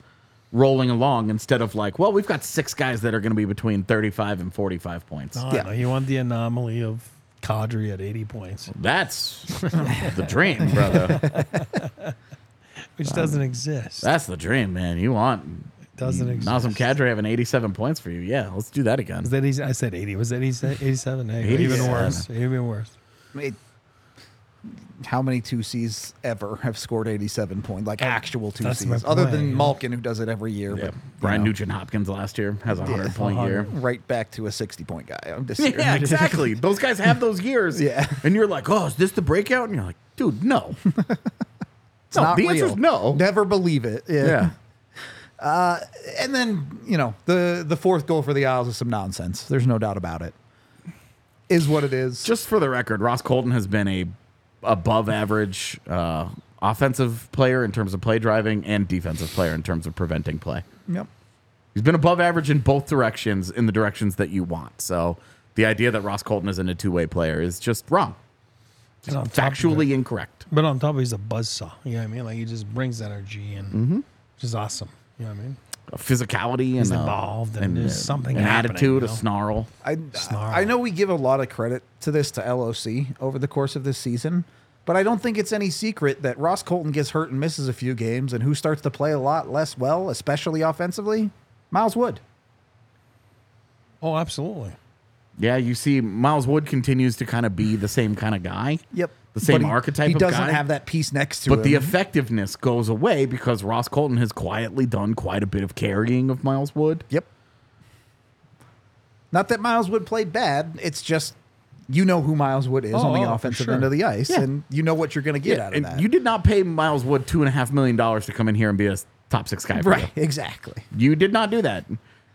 [SPEAKER 2] rolling along instead of like, well, we've got six guys that are going to be between 35 and 45 points.
[SPEAKER 3] I
[SPEAKER 1] Yeah.
[SPEAKER 3] don't know. You want the anomaly of Kadri at 80 points,
[SPEAKER 2] That's the dream, brother.
[SPEAKER 3] which doesn't exist.
[SPEAKER 2] That's the dream, man. You want
[SPEAKER 3] Doesn't exist.
[SPEAKER 2] Nazem Kadri having 87 points for you. Yeah, let's do that again.
[SPEAKER 3] Was that easy? I said 80. Was that easy? 87? Hey, Even
[SPEAKER 2] 87.
[SPEAKER 3] worse. Even worse.
[SPEAKER 1] it, how many two C's ever have scored 87 point like actual two
[SPEAKER 3] that's my
[SPEAKER 1] C's other
[SPEAKER 3] point,
[SPEAKER 1] than
[SPEAKER 3] yeah.
[SPEAKER 1] Malkin who does it every year
[SPEAKER 2] Yeah.
[SPEAKER 1] but
[SPEAKER 2] Brian
[SPEAKER 1] you know,
[SPEAKER 2] Nugent Hopkins last year has a 100 point year.
[SPEAKER 1] right back to a 60 point guy I'm just
[SPEAKER 2] Yeah, exactly. Those guys have those years.
[SPEAKER 1] Yeah.
[SPEAKER 2] And you're like, oh, is this the breakout? And you're like, dude, no.
[SPEAKER 1] it's
[SPEAKER 2] No,
[SPEAKER 1] not
[SPEAKER 2] the
[SPEAKER 1] real.
[SPEAKER 2] answer's no.
[SPEAKER 1] never believe it yeah. and then you know the the fourth goal for the Isles is some nonsense there's no doubt about it is what it is
[SPEAKER 2] just for the record, Ross Colton has been a above average uh, offensive player in terms of play driving and defensive player in terms of preventing play.
[SPEAKER 1] yep
[SPEAKER 2] He's been above average in both directions in the directions that you want. So the idea that Ross Colton isn't a two way player is just wrong.
[SPEAKER 3] And on top of it-
[SPEAKER 2] Factually incorrect.
[SPEAKER 3] But on top, he's a buzzsaw. You know what I mean? Like he just brings energy and
[SPEAKER 1] Mm-hmm.
[SPEAKER 3] which is awesome. You know what I mean?
[SPEAKER 2] A physicality and
[SPEAKER 3] He's
[SPEAKER 2] a-
[SPEAKER 3] involved and there's something
[SPEAKER 2] an
[SPEAKER 3] happening,
[SPEAKER 2] attitude,
[SPEAKER 3] you
[SPEAKER 2] a
[SPEAKER 3] know?
[SPEAKER 2] snarl.
[SPEAKER 1] I,
[SPEAKER 3] Snarl.
[SPEAKER 1] I know we give a lot of credit to this to LOC over the course of this season, But I don't think it's any secret that Ross Colton gets hurt and misses a few games, and who starts to play a lot less well, especially offensively? Miles Wood.
[SPEAKER 3] Oh, absolutely.
[SPEAKER 2] Yeah, you see, Miles Wood continues to kind of be the same kind of guy. the same
[SPEAKER 1] But he-
[SPEAKER 2] archetype.
[SPEAKER 1] He
[SPEAKER 2] of
[SPEAKER 1] doesn't
[SPEAKER 2] guy,
[SPEAKER 1] have that piece next to
[SPEAKER 2] but
[SPEAKER 1] him.
[SPEAKER 2] the effectiveness goes away because Ross Colton has quietly done quite a bit of carrying of Miles Wood.
[SPEAKER 1] Yep. Not that Miles Wood played bad. It's just you know who Miles Wood is
[SPEAKER 3] Oh,
[SPEAKER 1] on
[SPEAKER 3] oh,
[SPEAKER 1] the
[SPEAKER 3] for
[SPEAKER 1] offensive
[SPEAKER 3] sure.
[SPEAKER 1] end of the ice,
[SPEAKER 2] Yeah.
[SPEAKER 1] and you know what you're going to get out of
[SPEAKER 2] and
[SPEAKER 1] that.
[SPEAKER 2] you did not pay Miles Wood two and a half million dollars to come in here and be a s- top six guy. for you.
[SPEAKER 1] right? Exactly.
[SPEAKER 2] You did not do that.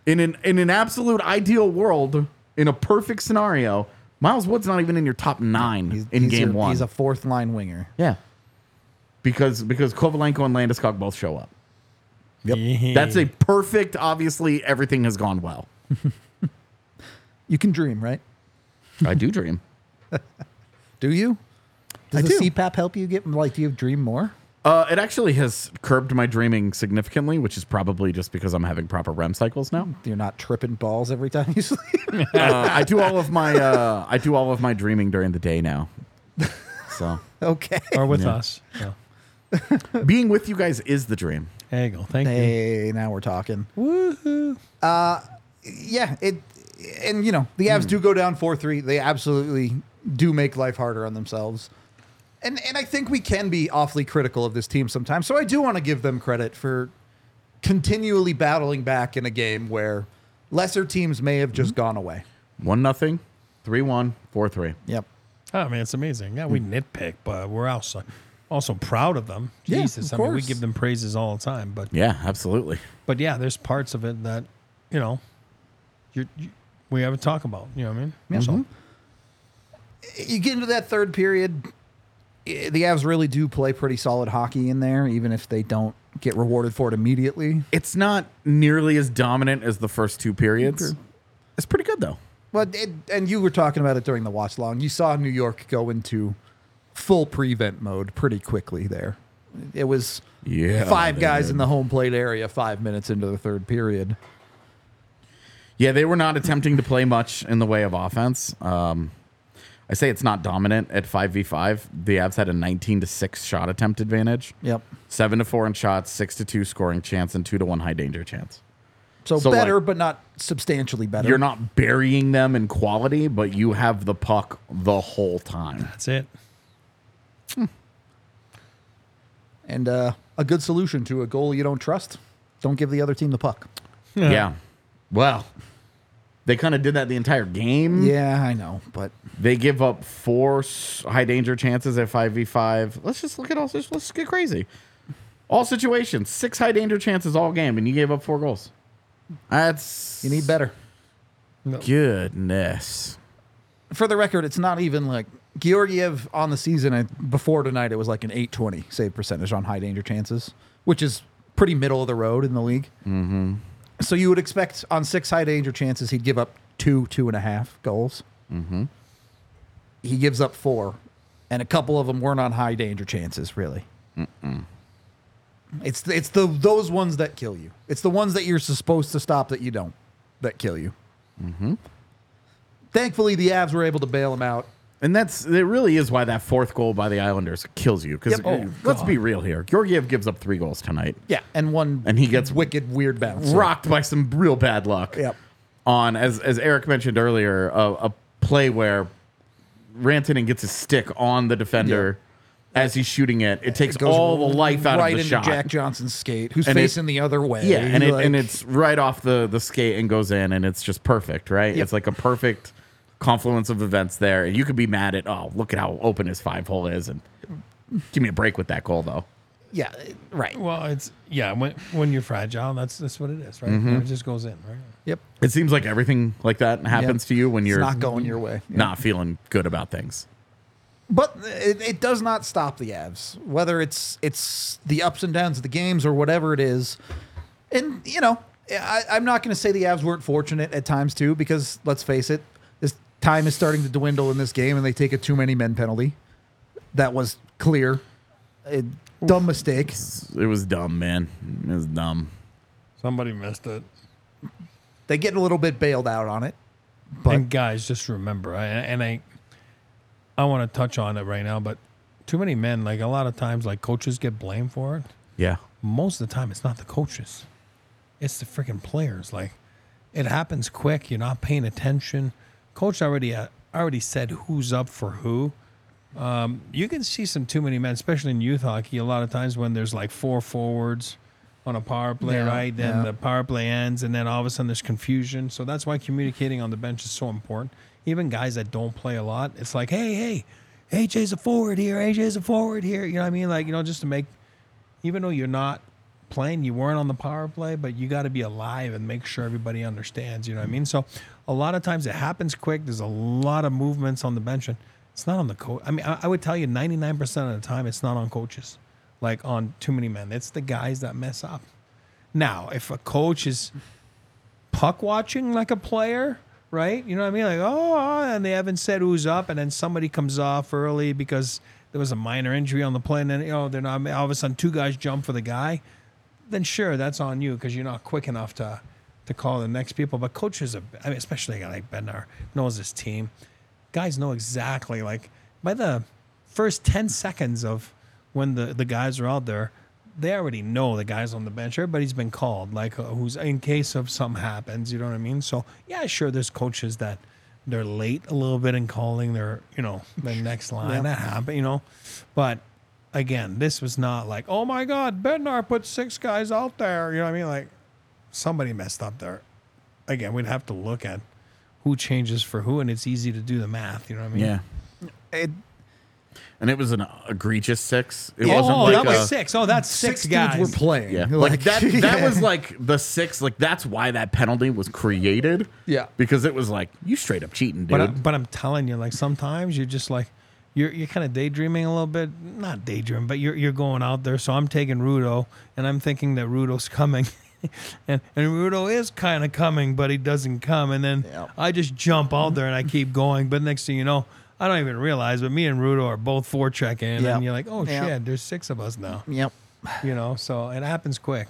[SPEAKER 2] In an in an absolute ideal world, in a perfect scenario, Miles Wood's not even in your top nine in
[SPEAKER 1] he's
[SPEAKER 2] game
[SPEAKER 1] a,
[SPEAKER 2] one.
[SPEAKER 1] he's a fourth line winger.
[SPEAKER 2] yeah. Because because Kovalenko and Landeskog both show up.
[SPEAKER 3] Yeah.
[SPEAKER 2] That's a perfect, obviously everything has gone well.
[SPEAKER 1] You can dream, right?
[SPEAKER 2] I do dream.
[SPEAKER 1] Do you? Does
[SPEAKER 2] I
[SPEAKER 1] the
[SPEAKER 2] do.
[SPEAKER 1] CPAP help you get like? Do you dream more?
[SPEAKER 2] Uh, it actually has curbed my dreaming significantly, which is probably just because I'm having proper REM cycles now.
[SPEAKER 1] You're not tripping balls every time you sleep.
[SPEAKER 2] Uh, I do all of my uh, I do all of my dreaming during the day now. So
[SPEAKER 1] okay.
[SPEAKER 3] or with
[SPEAKER 2] Yeah.
[SPEAKER 3] us. Yeah.
[SPEAKER 2] being with you guys is the dream.
[SPEAKER 3] There you go. Thank you.
[SPEAKER 1] Hey, now we're talking. Uh,
[SPEAKER 3] Woohoo.
[SPEAKER 1] yeah, it and you know, the Avs do go down 4-3. They absolutely do make life harder on themselves. And and I think we can be awfully critical of this team sometimes. So I do want to give them credit for continually battling back in a game where lesser teams may have just gone away.
[SPEAKER 2] One nothing, three one, four three.
[SPEAKER 1] Yep.
[SPEAKER 3] Oh man, it's amazing. Yeah, we nitpick, but we're also also proud of them.
[SPEAKER 1] Mm. Yeah,
[SPEAKER 3] Jesus,
[SPEAKER 1] of
[SPEAKER 3] I mean, we
[SPEAKER 1] course.
[SPEAKER 3] give them praises all the time, but
[SPEAKER 2] Yeah, absolutely.
[SPEAKER 3] but yeah, there's parts of it that you know you you we haven't talked about. You know what I mean?
[SPEAKER 1] Mm-hmm.
[SPEAKER 3] So,
[SPEAKER 1] You get into that third period, eh, the Avs really do play pretty solid hockey in there even if they don't get rewarded for it immediately.
[SPEAKER 2] It's not nearly as dominant as the first two periods. It's pretty good though.
[SPEAKER 1] But it, and you were talking about it during the watch long. You saw New York go into full prevent mode pretty quickly there. It was
[SPEAKER 2] Yeah,
[SPEAKER 1] five
[SPEAKER 2] they
[SPEAKER 1] guys
[SPEAKER 2] did.
[SPEAKER 1] in the home plate area 5 minutes into the third period.
[SPEAKER 2] Yeah, they were not attempting to play much in the way of offense. Um, I say it's not dominant at five v five. The Avs had a nineteen to six shot attempt advantage.
[SPEAKER 1] Yep.
[SPEAKER 2] Seven to four in shots, six to two scoring chance, and two to one high danger chance.
[SPEAKER 1] So,
[SPEAKER 2] So,
[SPEAKER 1] better
[SPEAKER 2] like,
[SPEAKER 1] but not substantially better.
[SPEAKER 2] You're not burying them in quality, but you have the puck the whole time.
[SPEAKER 3] that's it.
[SPEAKER 1] and uh, a good solution to a goal you don't trust. Don't give the other team the puck.
[SPEAKER 2] Yeah. Well, they kind of did that the entire game.
[SPEAKER 1] Yeah, I know, but
[SPEAKER 2] They give up four s- high danger chances at 5v5. Let's just look at all this. Let's get crazy. All situations, six high danger chances all game, and you gave up four goals. That's.
[SPEAKER 1] you need better.
[SPEAKER 3] No.
[SPEAKER 2] Goodness.
[SPEAKER 1] For the record, it's not even like Georgiev on the season uh, before tonight. It was like an 820 save percentage on high danger chances, which is pretty middle of the road in the league. Mm-hmm. So you would expect on six high danger chances, he'd give up two, two and a half goals. Mm-hmm. He gives up four, and a couple of them weren't on high danger chances, really. It's it's the those ones that kill you. It's the ones that you're supposed to stop that you don't that kill you. Thankfully, the Avs were able to bail him out.
[SPEAKER 2] And that's it. Really is why that fourth goal by the Islanders kills you. Because
[SPEAKER 1] Yep. Oh,
[SPEAKER 2] let's be real here. Georgiev gives up three goals tonight.
[SPEAKER 1] Yeah, and one
[SPEAKER 2] And he gets
[SPEAKER 1] wicked weird bounce.
[SPEAKER 2] rocked by some real bad luck.
[SPEAKER 1] Yep.
[SPEAKER 2] On as as Eric mentioned earlier, a, a play where Rantanen gets his stick on the defender as he's shooting it. It takes
[SPEAKER 1] It goes
[SPEAKER 2] all the life out
[SPEAKER 1] right
[SPEAKER 2] of the
[SPEAKER 1] into
[SPEAKER 2] shot.
[SPEAKER 1] Jack Johnson's skate, who's
[SPEAKER 2] And it-
[SPEAKER 1] facing the other way.
[SPEAKER 2] yeah, and it,
[SPEAKER 1] like-
[SPEAKER 2] and it's right off the the skate and goes in, and it's just perfect, right?
[SPEAKER 1] Yep.
[SPEAKER 2] It's like a perfect confluence of events there, and you could be mad at oh look at how open his five hole is, and give me a break with that goal though.
[SPEAKER 1] yeah, right.
[SPEAKER 3] Well, it's yeah. When when you're fragile, that's that's what it is, right? It just goes in, right?
[SPEAKER 1] Yep.
[SPEAKER 2] It seems like everything like that happens
[SPEAKER 1] Yep.
[SPEAKER 2] to you when
[SPEAKER 1] It's
[SPEAKER 2] you're
[SPEAKER 1] not going your way. Yeah.
[SPEAKER 2] not feeling good about things.
[SPEAKER 1] But it, it does not stop the Avs, whether it's it's the ups and downs of the games or whatever it is. And you know, I, I'm not going to say the Avs weren't fortunate at times too, because let's face it, this time is starting to dwindle in this game, and they take a too many men penalty. That was clear, a dumb mistake.
[SPEAKER 2] It was dumb, man. It was dumb.
[SPEAKER 3] Somebody missed it.
[SPEAKER 1] They get a little bit bailed out on it, but
[SPEAKER 3] and guys, just remember, I, and I, I want to touch on it right now, but too many men. Like a lot of times, like coaches get blamed for it.
[SPEAKER 2] Yeah.
[SPEAKER 3] Most of the time, it's not the coaches, it's the freaking players. Like it happens quick. You're not paying attention. Coach already uh, already said who's up for who. Um, you can see some too many men, especially in youth hockey. A lot of times when there's like four forwards on a power play,
[SPEAKER 1] Yeah,
[SPEAKER 3] right? Then
[SPEAKER 1] yeah.
[SPEAKER 3] the power play ends, and then all of a sudden there's confusion. So that's why communicating on the bench is so important. Even guys that don't play a lot, it's like, hey, hey, AJ's a forward here, AJ's a forward here. You know what I mean? Like, you know, just to make, even though you're not playing, you weren't on the power play, but you got to be alive and make sure everybody understands. You know what I mean? So a lot of times it happens quick. There's a lot of movements on the bench, and it's not on the coach. I mean, I, I would tell you 99% of the time it's not on coaches, like on too many men. It's the guys that mess up. Now, if a coach is puck watching like a player, right? You know what I mean? Like, oh, and they haven't said who's up, and then somebody comes off early because there was a minor injury on the play, and then you know they're not. All of a sudden, two guys jump for the guy. Then sure, that's on you because you're not quick enough to to call the next people. But coaches, are, I mean, especially a guy like Bednar knows his team. Guys know exactly like by the first ten seconds of when the the guys are out there, they already know the guys on the bench. Everybody's been called, like uh, who's in case of something happens. You know what I mean? So yeah, sure. There's coaches that they're late a little bit in calling their you know the next line that happen. You know, but again, this was not like oh my god, Bednar put six guys out there. You know what I mean? Like somebody messed up there. Again, we'd have to look at who changes for who, and it's easy to do the math. You know what I mean?
[SPEAKER 2] Yeah.
[SPEAKER 1] It-
[SPEAKER 2] And it was an egregious six. It
[SPEAKER 3] Oh,
[SPEAKER 2] wasn't
[SPEAKER 3] oh,
[SPEAKER 2] like
[SPEAKER 3] that was
[SPEAKER 2] a,
[SPEAKER 3] six. Oh, that's six, guys.
[SPEAKER 1] dudes were playing.
[SPEAKER 2] Yeah. Like, that that was like the six, like that's why that penalty was created.
[SPEAKER 1] Yeah.
[SPEAKER 2] Because it was like, you straight up cheating, dude.
[SPEAKER 3] But I, but I'm telling you, like sometimes you're just like you're you're kind of daydreaming a little bit, not daydream, but you're you're going out there. So I'm taking Rudo, and I'm thinking that Rudo's coming. And, and Rudo is kind of coming, but he doesn't come. And then
[SPEAKER 1] Yeah.
[SPEAKER 3] I just jump out there and I keep going. But next thing you know, I don't even realize. But me and Rudo are both four checking, and
[SPEAKER 1] Yeah.
[SPEAKER 3] you're like, "Oh
[SPEAKER 1] Yeah.
[SPEAKER 3] shit, there's six of us now."
[SPEAKER 1] Yep.
[SPEAKER 3] You know, so it happens quick.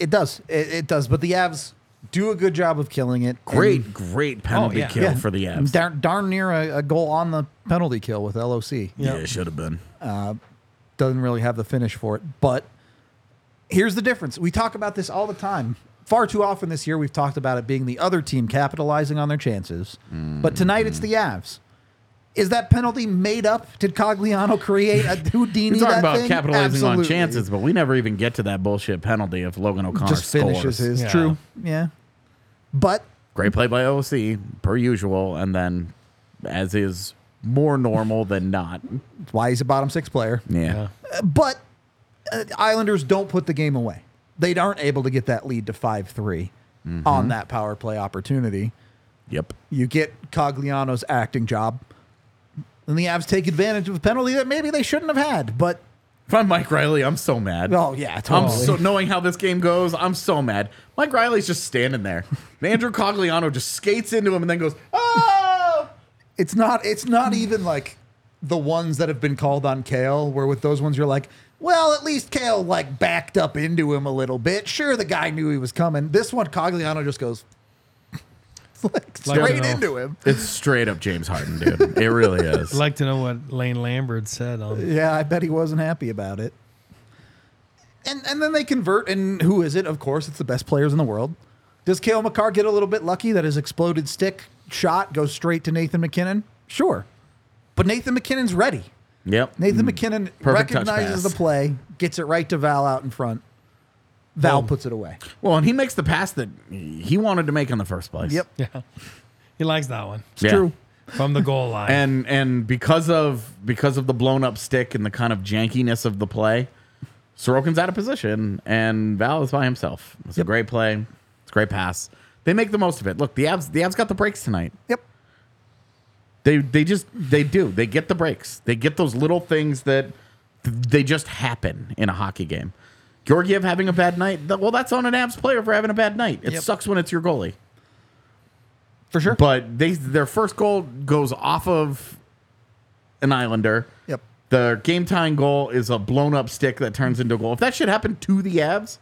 [SPEAKER 1] It does. It, it does. But the Avs do a good job of killing it.
[SPEAKER 2] great,
[SPEAKER 1] And-
[SPEAKER 2] great penalty
[SPEAKER 3] Oh, yeah.
[SPEAKER 2] kill for the Avs.
[SPEAKER 1] Darn, darn near a, a goal on the penalty kill with LOC.
[SPEAKER 2] yeah, it should have been.
[SPEAKER 1] Doesn't really have the finish for it. But here's the difference. We talk about this all the time. Far too often this year, we've talked about it being the other team capitalizing on their chances. But tonight, it's the Avs. Is that penalty made up? Did Cogliano create a Houdini?
[SPEAKER 2] We talk
[SPEAKER 1] that
[SPEAKER 2] about
[SPEAKER 1] thing?
[SPEAKER 2] capitalizing
[SPEAKER 1] Absolutely.
[SPEAKER 2] on chances, but we never even get to that bullshit penalty if Logan O'Connor
[SPEAKER 1] Just finishes
[SPEAKER 2] scores.
[SPEAKER 1] his.
[SPEAKER 3] Yeah.
[SPEAKER 1] True. Yeah. But
[SPEAKER 2] Great play by OC, per usual, and then as is more normal than not.
[SPEAKER 1] that's why he's a bottom six player.
[SPEAKER 2] Yeah.
[SPEAKER 1] But uh, Islanders don't put the game away. They aren't able to get that lead to 5 3
[SPEAKER 2] Mm-hmm.
[SPEAKER 1] on that power play opportunity.
[SPEAKER 2] Yep.
[SPEAKER 1] You get Cogliano's acting job, and the Avs take advantage of a penalty that maybe they shouldn't have had. But,
[SPEAKER 2] If I'm Mike Riley, I'm so mad.
[SPEAKER 1] oh, yeah, totally.
[SPEAKER 2] I'm so knowing how this game goes, I'm so mad. Mike Riley's just standing there. And Andrew Cogliano just skates into him and then goes, "Oh!"
[SPEAKER 1] it's not it's not even like the ones that have been called on Kale, where with those ones you're like, well, at least Kale like backed up into him a little bit. Sure, the guy knew he was coming. This one, Cogliano just goes like
[SPEAKER 3] Like,
[SPEAKER 1] straight
[SPEAKER 3] you know.
[SPEAKER 1] into him.
[SPEAKER 2] It's straight up James Harden, dude. It really is.
[SPEAKER 3] I'd like to know what Lane Lambert said on.
[SPEAKER 1] Yeah, I bet he wasn't happy about it. And and then they convert, and who is it? Of course, it's the best players in the world. Does Kale McCarr get a little bit lucky that his exploded stick shot goes straight to Nathan McKinnon? Sure. But Nathan McKinnon's ready.
[SPEAKER 2] yep.
[SPEAKER 1] Nathan McKinnon
[SPEAKER 2] Mm. Perfect touch
[SPEAKER 1] recognizes the
[SPEAKER 2] pass.
[SPEAKER 1] play, gets it right to Val out in front. Val puts it away.
[SPEAKER 2] Well, and he makes the pass that he wanted to make in the first place.
[SPEAKER 1] Yep.
[SPEAKER 3] Yeah, he likes that one
[SPEAKER 2] It's true.
[SPEAKER 3] from the goal line.
[SPEAKER 2] and and because of because of the blown up stick and the kind of jankiness of the play, Sorokin's out of position and Val is by himself. It's a great play. It's a great pass. They make the most of it. Look, the abs the abs got the breaks tonight.
[SPEAKER 1] Yep.
[SPEAKER 2] They they just they do. They get the breaks. They get those little things that th- they just happen in a hockey game. Georgiev having a bad night. th- Well, that's on an abs player for having a bad night. It
[SPEAKER 1] Yep.
[SPEAKER 2] sucks when it's your goalie.
[SPEAKER 1] For sure.
[SPEAKER 2] But they their first goal goes off of an Islander.
[SPEAKER 1] Yep.
[SPEAKER 2] The game tying goal is a blown up stick that turns into a goal. If that shit happened to the Avs,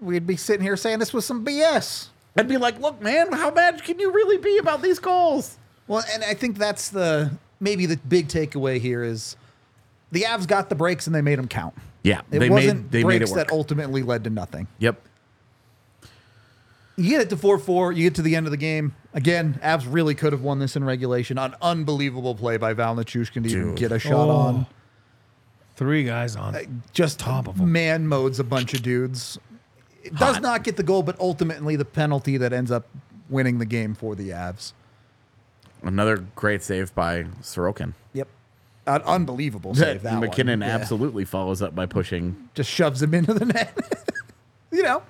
[SPEAKER 1] We'd be sitting here saying this was some BS.
[SPEAKER 2] I'd be like, look, man, how mad can you really be about these goals?
[SPEAKER 1] Well, and I think that's the maybe the big takeaway here is the Avs got the breaks and they made them count.
[SPEAKER 2] Yeah,
[SPEAKER 1] It
[SPEAKER 2] they
[SPEAKER 1] wasn't
[SPEAKER 2] made they made
[SPEAKER 1] breaks
[SPEAKER 2] it work.
[SPEAKER 1] that ultimately led to nothing.
[SPEAKER 2] yep.
[SPEAKER 1] You get it to 4 4. You get to the end of the game. Again, Avs really could have won this in regulation. An unbelievable play by Val Nichushkin to even
[SPEAKER 2] Dude.
[SPEAKER 1] get a shot
[SPEAKER 3] Oh.
[SPEAKER 1] on.
[SPEAKER 3] Three guys on.
[SPEAKER 1] Just
[SPEAKER 3] Top of 'em.
[SPEAKER 1] man modes a bunch of dudes. It does
[SPEAKER 2] Hot.
[SPEAKER 1] not get the goal, but ultimately the penalty that ends up winning the game for the Avs.
[SPEAKER 2] Another great save by Sorokin.
[SPEAKER 1] Yep. An unbelievable save that one.
[SPEAKER 2] McKinnon
[SPEAKER 1] Yeah.
[SPEAKER 2] absolutely follows up by pushing.
[SPEAKER 1] just shoves him into the net. you know,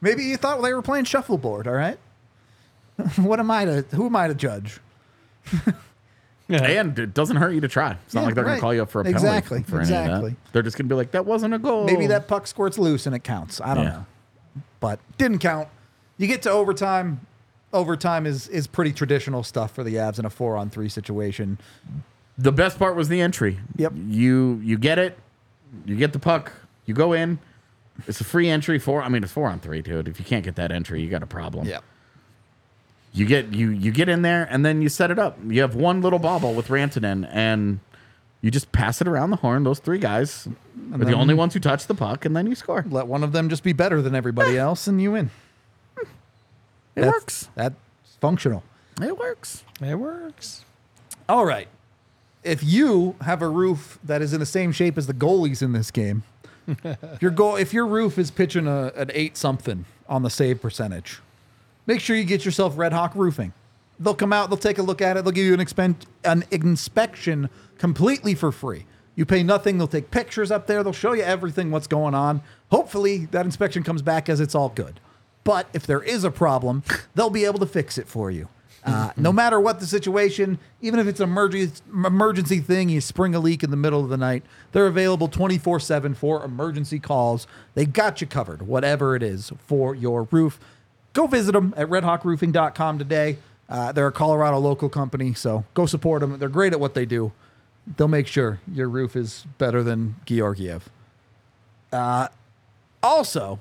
[SPEAKER 1] maybe you thought they were playing shuffleboard. All right, what am I to? Who am I to judge?
[SPEAKER 3] Yeah.
[SPEAKER 2] And it doesn't hurt you to try. It's not
[SPEAKER 1] Yeah,
[SPEAKER 2] like they're
[SPEAKER 1] right.
[SPEAKER 2] gonna call you up for a penalty
[SPEAKER 1] Exactly,
[SPEAKER 2] for any
[SPEAKER 1] exactly.
[SPEAKER 2] of that. They're just gonna be like, that wasn't a goal.
[SPEAKER 1] Maybe that puck squirts loose and it counts. I don't
[SPEAKER 2] Yeah.
[SPEAKER 1] know, but didn't count. You get to overtime. Overtime is is pretty traditional stuff for the Avs in a four on three situation.
[SPEAKER 2] the best part was the entry.
[SPEAKER 1] Yep.
[SPEAKER 2] You you get it. You get the puck. You go in. It's a free entry. Four. I mean, it's four on three, dude. If you can't get that entry, you got a problem. You get you you get in there and then you set it up. You have one little bobble with Rantanen and you just pass it around the horn. Those three guys are the
[SPEAKER 1] then-
[SPEAKER 2] only ones who touch the puck, and then you score.
[SPEAKER 1] let one of them just be better than everybody else, and you win.
[SPEAKER 2] Eh. It
[SPEAKER 1] That's-
[SPEAKER 2] works.
[SPEAKER 1] That's functional.
[SPEAKER 2] It works.
[SPEAKER 3] It works.
[SPEAKER 1] All right. If you have a roof that is in the same shape as the goalies in this game, if your goal, if your roof is pitching a, an eight something on the save percentage, make sure you get yourself Red Hawk Roofing. They'll come out, they'll take a look at it, they'll give you an, expen- an inspection completely for free. You pay nothing, they'll take pictures up there, they'll show you everything, what's going on. Hopefully, that inspection comes back as it's all good. But if there is a problem, they'll be able to fix it for you. Uh, no matter what the situation, even if it's an emergency, emergency thing, you spring a leak in the middle of the night, they're available 24 7 for emergency calls. They got you covered, whatever it is, for your roof go visit them at redhawkroofing.com today. Uh, they're a Colorado local company, so go support them. They're great at what they do. They'll make sure your roof is better than Georgiev. Uh, also,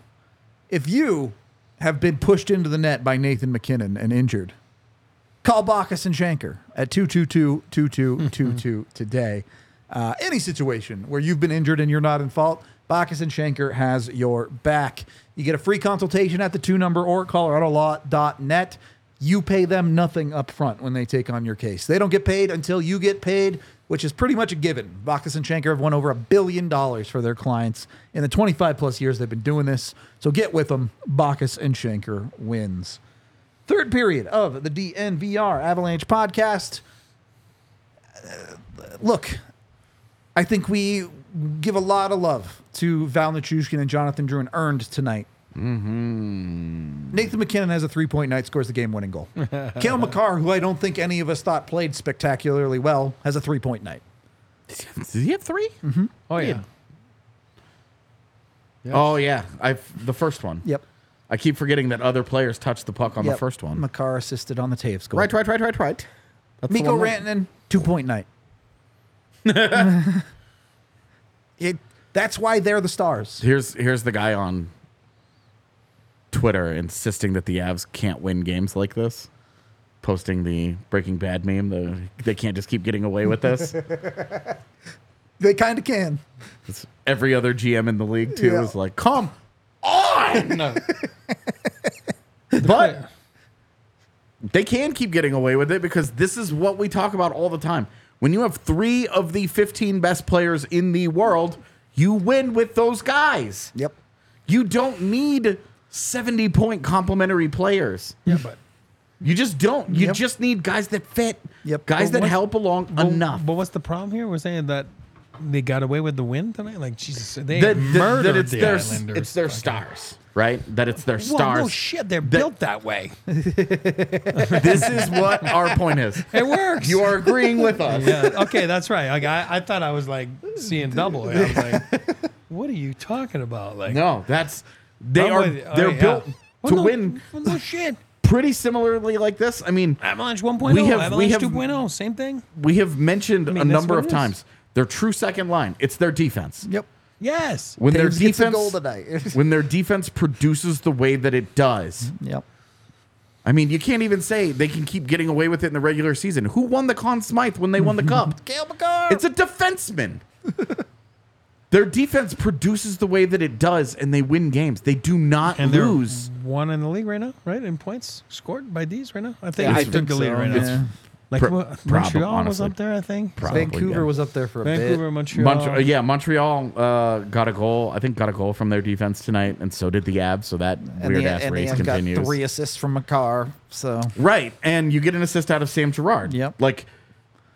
[SPEAKER 1] if you have been pushed into the net by Nathan McKinnon and injured, call Bacchus and Shanker at 222-2222 today. Uh, any situation where you've been injured and you're not in fault, Bacchus and Shanker has your back. You get a free consultation at the two number or at coloradolaw.net. You pay them nothing up front when they take on your case. They don't get paid until you get paid, which is pretty much a given. Bacchus and Shanker have won over a billion dollars for their clients in the 25 plus years they've been doing this. So get with them. Bacchus and Shanker wins. Third period of the DNVR Avalanche podcast. Uh, Look, I think we give a lot of love to Val Nichushkin and Jonathan Druin earned tonight.
[SPEAKER 2] Mm-hmm.
[SPEAKER 1] Nathan McKinnon has a three point night, scores the game winning goal. Kale McCarr, who I don't think any of us thought played spectacularly well, has a three point night.
[SPEAKER 2] Does he have 3
[SPEAKER 1] Mm-hmm.
[SPEAKER 3] Oh yeah.
[SPEAKER 2] Oh yeah, I the first one.
[SPEAKER 1] Yep.
[SPEAKER 2] I keep forgetting that other players touched the puck on
[SPEAKER 1] yep.
[SPEAKER 2] the first one.
[SPEAKER 1] McCarr assisted on the Taves goal.
[SPEAKER 2] Right, right, right, right, right. That's the
[SPEAKER 1] Miko
[SPEAKER 2] one that-
[SPEAKER 1] Rantanen, two point night. it, that's why they're the stars.
[SPEAKER 2] Here's here's the guy on Twitter insisting that the Avs can't win games like this, posting the Breaking Bad meme. The they can't just keep getting away with this.
[SPEAKER 1] They kind of can.
[SPEAKER 2] It's every other GM in the league too
[SPEAKER 1] Yeah.
[SPEAKER 2] is like, come on,
[SPEAKER 3] No.
[SPEAKER 2] but they can keep getting away with it because this is what we talk about all the time. When you have three of the 15 best players in the world, you win with those guys.
[SPEAKER 1] Yep.
[SPEAKER 2] You don't need 70 point complimentary players.
[SPEAKER 3] Yeah, but
[SPEAKER 2] You just don't. You
[SPEAKER 1] Yep.
[SPEAKER 2] just need guys that fit.
[SPEAKER 1] Yep.
[SPEAKER 2] Guys
[SPEAKER 3] But
[SPEAKER 2] that
[SPEAKER 3] what-
[SPEAKER 2] help along
[SPEAKER 3] but-
[SPEAKER 2] enough.
[SPEAKER 3] But what's the problem here? We're saying that they got away with the win tonight. Like Jesus, they
[SPEAKER 2] that, that-
[SPEAKER 3] murdered
[SPEAKER 2] that it's
[SPEAKER 3] the
[SPEAKER 2] their,
[SPEAKER 3] Islanders.
[SPEAKER 2] It's their
[SPEAKER 3] Fucking-
[SPEAKER 2] stars, right? That it's their
[SPEAKER 3] Well,
[SPEAKER 2] stars.
[SPEAKER 3] no shit, they're built that way.
[SPEAKER 2] this is what our point is.
[SPEAKER 3] It works.
[SPEAKER 2] You are agreeing with us.
[SPEAKER 3] yeah. Okay, that's right. Like I, I thought I was like seeing double. I was like, what are you talking about? Like
[SPEAKER 2] No, that's they
[SPEAKER 3] I'm
[SPEAKER 2] are
[SPEAKER 3] with you. Oh,
[SPEAKER 2] they're
[SPEAKER 3] yeah.
[SPEAKER 2] built
[SPEAKER 3] Well,
[SPEAKER 2] to
[SPEAKER 3] no-
[SPEAKER 2] win
[SPEAKER 3] well, no shit.
[SPEAKER 2] pretty similarly like this. I mean,
[SPEAKER 3] Avalanche 1.0,
[SPEAKER 2] We have- we
[SPEAKER 3] Avalanche
[SPEAKER 2] have-
[SPEAKER 3] 2.0, same thing.
[SPEAKER 2] we have mentioned
[SPEAKER 3] mean,
[SPEAKER 2] a
[SPEAKER 3] that's
[SPEAKER 2] number
[SPEAKER 3] what
[SPEAKER 2] of
[SPEAKER 3] it is.
[SPEAKER 2] times their true second line. It's their defense.
[SPEAKER 1] Yep.
[SPEAKER 3] Yes.
[SPEAKER 2] When their
[SPEAKER 1] Taves gets a
[SPEAKER 2] defense
[SPEAKER 1] goal tonight.
[SPEAKER 2] when their defense produces the way that it does.
[SPEAKER 1] Yep.
[SPEAKER 2] I mean, you can't even say they can keep getting away with it in the regular season. Who won the Conn Smythe when they won the cup?
[SPEAKER 1] Kale McCarr.
[SPEAKER 2] It's a defenseman. Their defense produces the way that it does, and they win games. They do not
[SPEAKER 3] And they're
[SPEAKER 2] lose.
[SPEAKER 3] one in the league right now, right? In points scored by these right now. I think
[SPEAKER 2] Yeah, I
[SPEAKER 3] it's took
[SPEAKER 1] think
[SPEAKER 3] the lead
[SPEAKER 1] so,
[SPEAKER 3] right
[SPEAKER 1] yeah.
[SPEAKER 3] now. Like
[SPEAKER 2] Pro-
[SPEAKER 3] Mo-
[SPEAKER 2] prob-
[SPEAKER 3] Montreal was
[SPEAKER 2] honestly.
[SPEAKER 3] up there, I think.
[SPEAKER 2] Probably,
[SPEAKER 1] Vancouver
[SPEAKER 2] yeah.
[SPEAKER 1] was up there for a
[SPEAKER 3] Vancouver,
[SPEAKER 1] bit.
[SPEAKER 3] Montreal.
[SPEAKER 2] Montreal, yeah, Montreal uh, got a goal. I think got a goal from their defense tonight, and so did the Abs. So that
[SPEAKER 1] And
[SPEAKER 2] weird
[SPEAKER 1] the,
[SPEAKER 2] ass
[SPEAKER 1] and
[SPEAKER 2] race
[SPEAKER 1] they got
[SPEAKER 2] continues.
[SPEAKER 1] three assists from Makar. So
[SPEAKER 2] Right, and you get an assist out of Sam Gerard.
[SPEAKER 1] Yep.
[SPEAKER 2] Like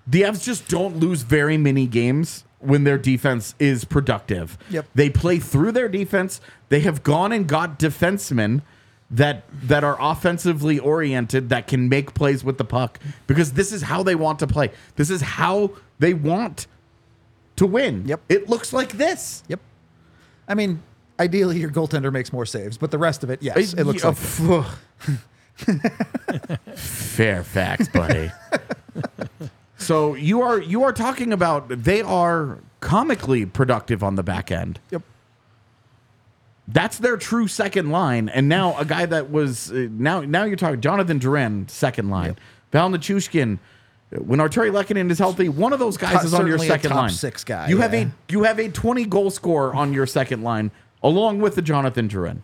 [SPEAKER 2] the Avs just don't lose very many games when their defense is productive.
[SPEAKER 1] Yep.
[SPEAKER 2] They play through their defense. They have gone and got defensemen that that are offensively oriented that can make plays with the puck because this is how they want to play. This is how they want to win.
[SPEAKER 1] Yep.
[SPEAKER 2] It looks like this.
[SPEAKER 1] Yep. I mean, ideally your goaltender makes more saves, but the rest of it, yes, it, looks
[SPEAKER 2] Yeah,
[SPEAKER 1] like
[SPEAKER 2] phew. Fairfax, buddy. so you are you are talking about they are comically productive on the back end.
[SPEAKER 1] yep.
[SPEAKER 2] That's their true second line, and now a guy that was uh, now now you're talking Jonathan Duran second line, Val Nichushkin. uh, When Arturi Lekkinen is healthy, one of those guys
[SPEAKER 1] Top-
[SPEAKER 2] is on your
[SPEAKER 1] certainly a
[SPEAKER 2] second
[SPEAKER 1] top
[SPEAKER 2] line.
[SPEAKER 1] six guy,
[SPEAKER 2] You have
[SPEAKER 1] yeah.
[SPEAKER 2] a you have a 20 goal scorer on your second line, along with the Jonathan Duran.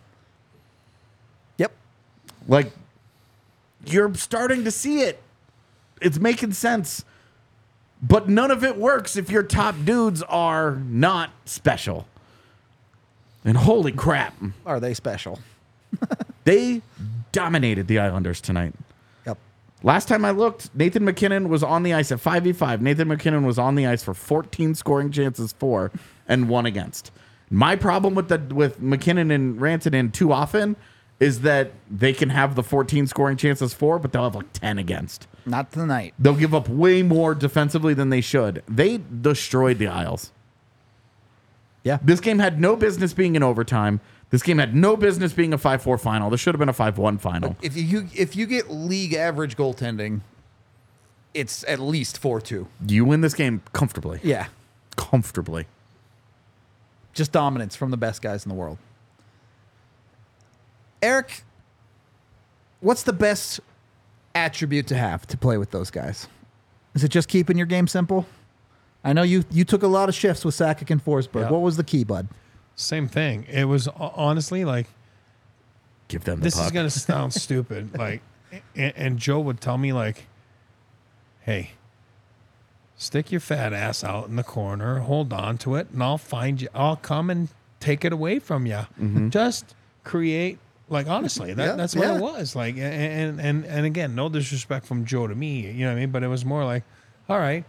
[SPEAKER 1] Yep.
[SPEAKER 2] Like you're starting to see it. It's making sense. But none of it works if your top dudes are not special. And holy crap,
[SPEAKER 1] Are they special?
[SPEAKER 2] they dominated the Islanders tonight.
[SPEAKER 1] Yep.
[SPEAKER 2] Last time I looked, Nathan McKinnon was on the ice at 5v5. Nathan McKinnon was on the ice for 14 scoring chances for and one against. My problem with the with McKinnon and Rantanen too often is that they can have the 14 scoring chances for, but they'll have like 10 against.
[SPEAKER 1] Not tonight.
[SPEAKER 2] They'll give up way more defensively than they should. They destroyed the Isles.
[SPEAKER 1] Yeah.
[SPEAKER 2] This game had no business being in overtime. This game had no business being a 5-4 final. This should have been a 5-1 final.
[SPEAKER 1] If you if you get league average goaltending, it's at least four two.
[SPEAKER 2] You win this game comfortably.
[SPEAKER 1] Yeah.
[SPEAKER 2] Comfortably.
[SPEAKER 1] Just dominance from the best guys in the world. Eric, what's the best attribute to have to play with those guys? Is it just keeping your game simple? I know you you took a lot of shifts with Sakic and Forsberg.
[SPEAKER 3] Yeah.
[SPEAKER 1] What was the key, bud?
[SPEAKER 3] Same thing. It was ho- honestly like
[SPEAKER 2] Give them the
[SPEAKER 3] this
[SPEAKER 2] puck.
[SPEAKER 3] is gonna sound stupid. Like, and, and Joe would tell me like, "Hey, stick your fat ass out in the corner, hold on to it, and I'll find you. I'll come and take it away from you. Just create." Like honestly, that,
[SPEAKER 1] Mm-hmm. Yeah,
[SPEAKER 3] that's what
[SPEAKER 1] yeah.
[SPEAKER 3] it was. Like, a- and and and again, no disrespect from Joe to me, you know what I mean. But it was more like, all right,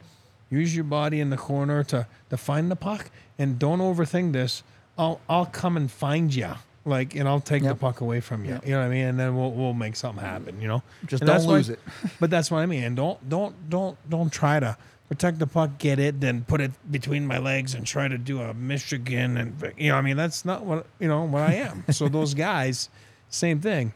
[SPEAKER 3] use your body in the corner to to find the puck, and don't overthink this. I'll I'll come and find you. Like, and I'll take
[SPEAKER 1] Yep.
[SPEAKER 3] the puck away from you. You know what I mean? And then we'll we'll make something happen. You know,
[SPEAKER 1] Just
[SPEAKER 3] And that's
[SPEAKER 1] don't
[SPEAKER 3] why-
[SPEAKER 1] lose it.
[SPEAKER 3] but that's what I mean. And don't don't don't don't try to protect the puck, get it, then put it between my legs and try to do a Michigan and you know, I mean, that's not what you know what I am. so those guys, same thing.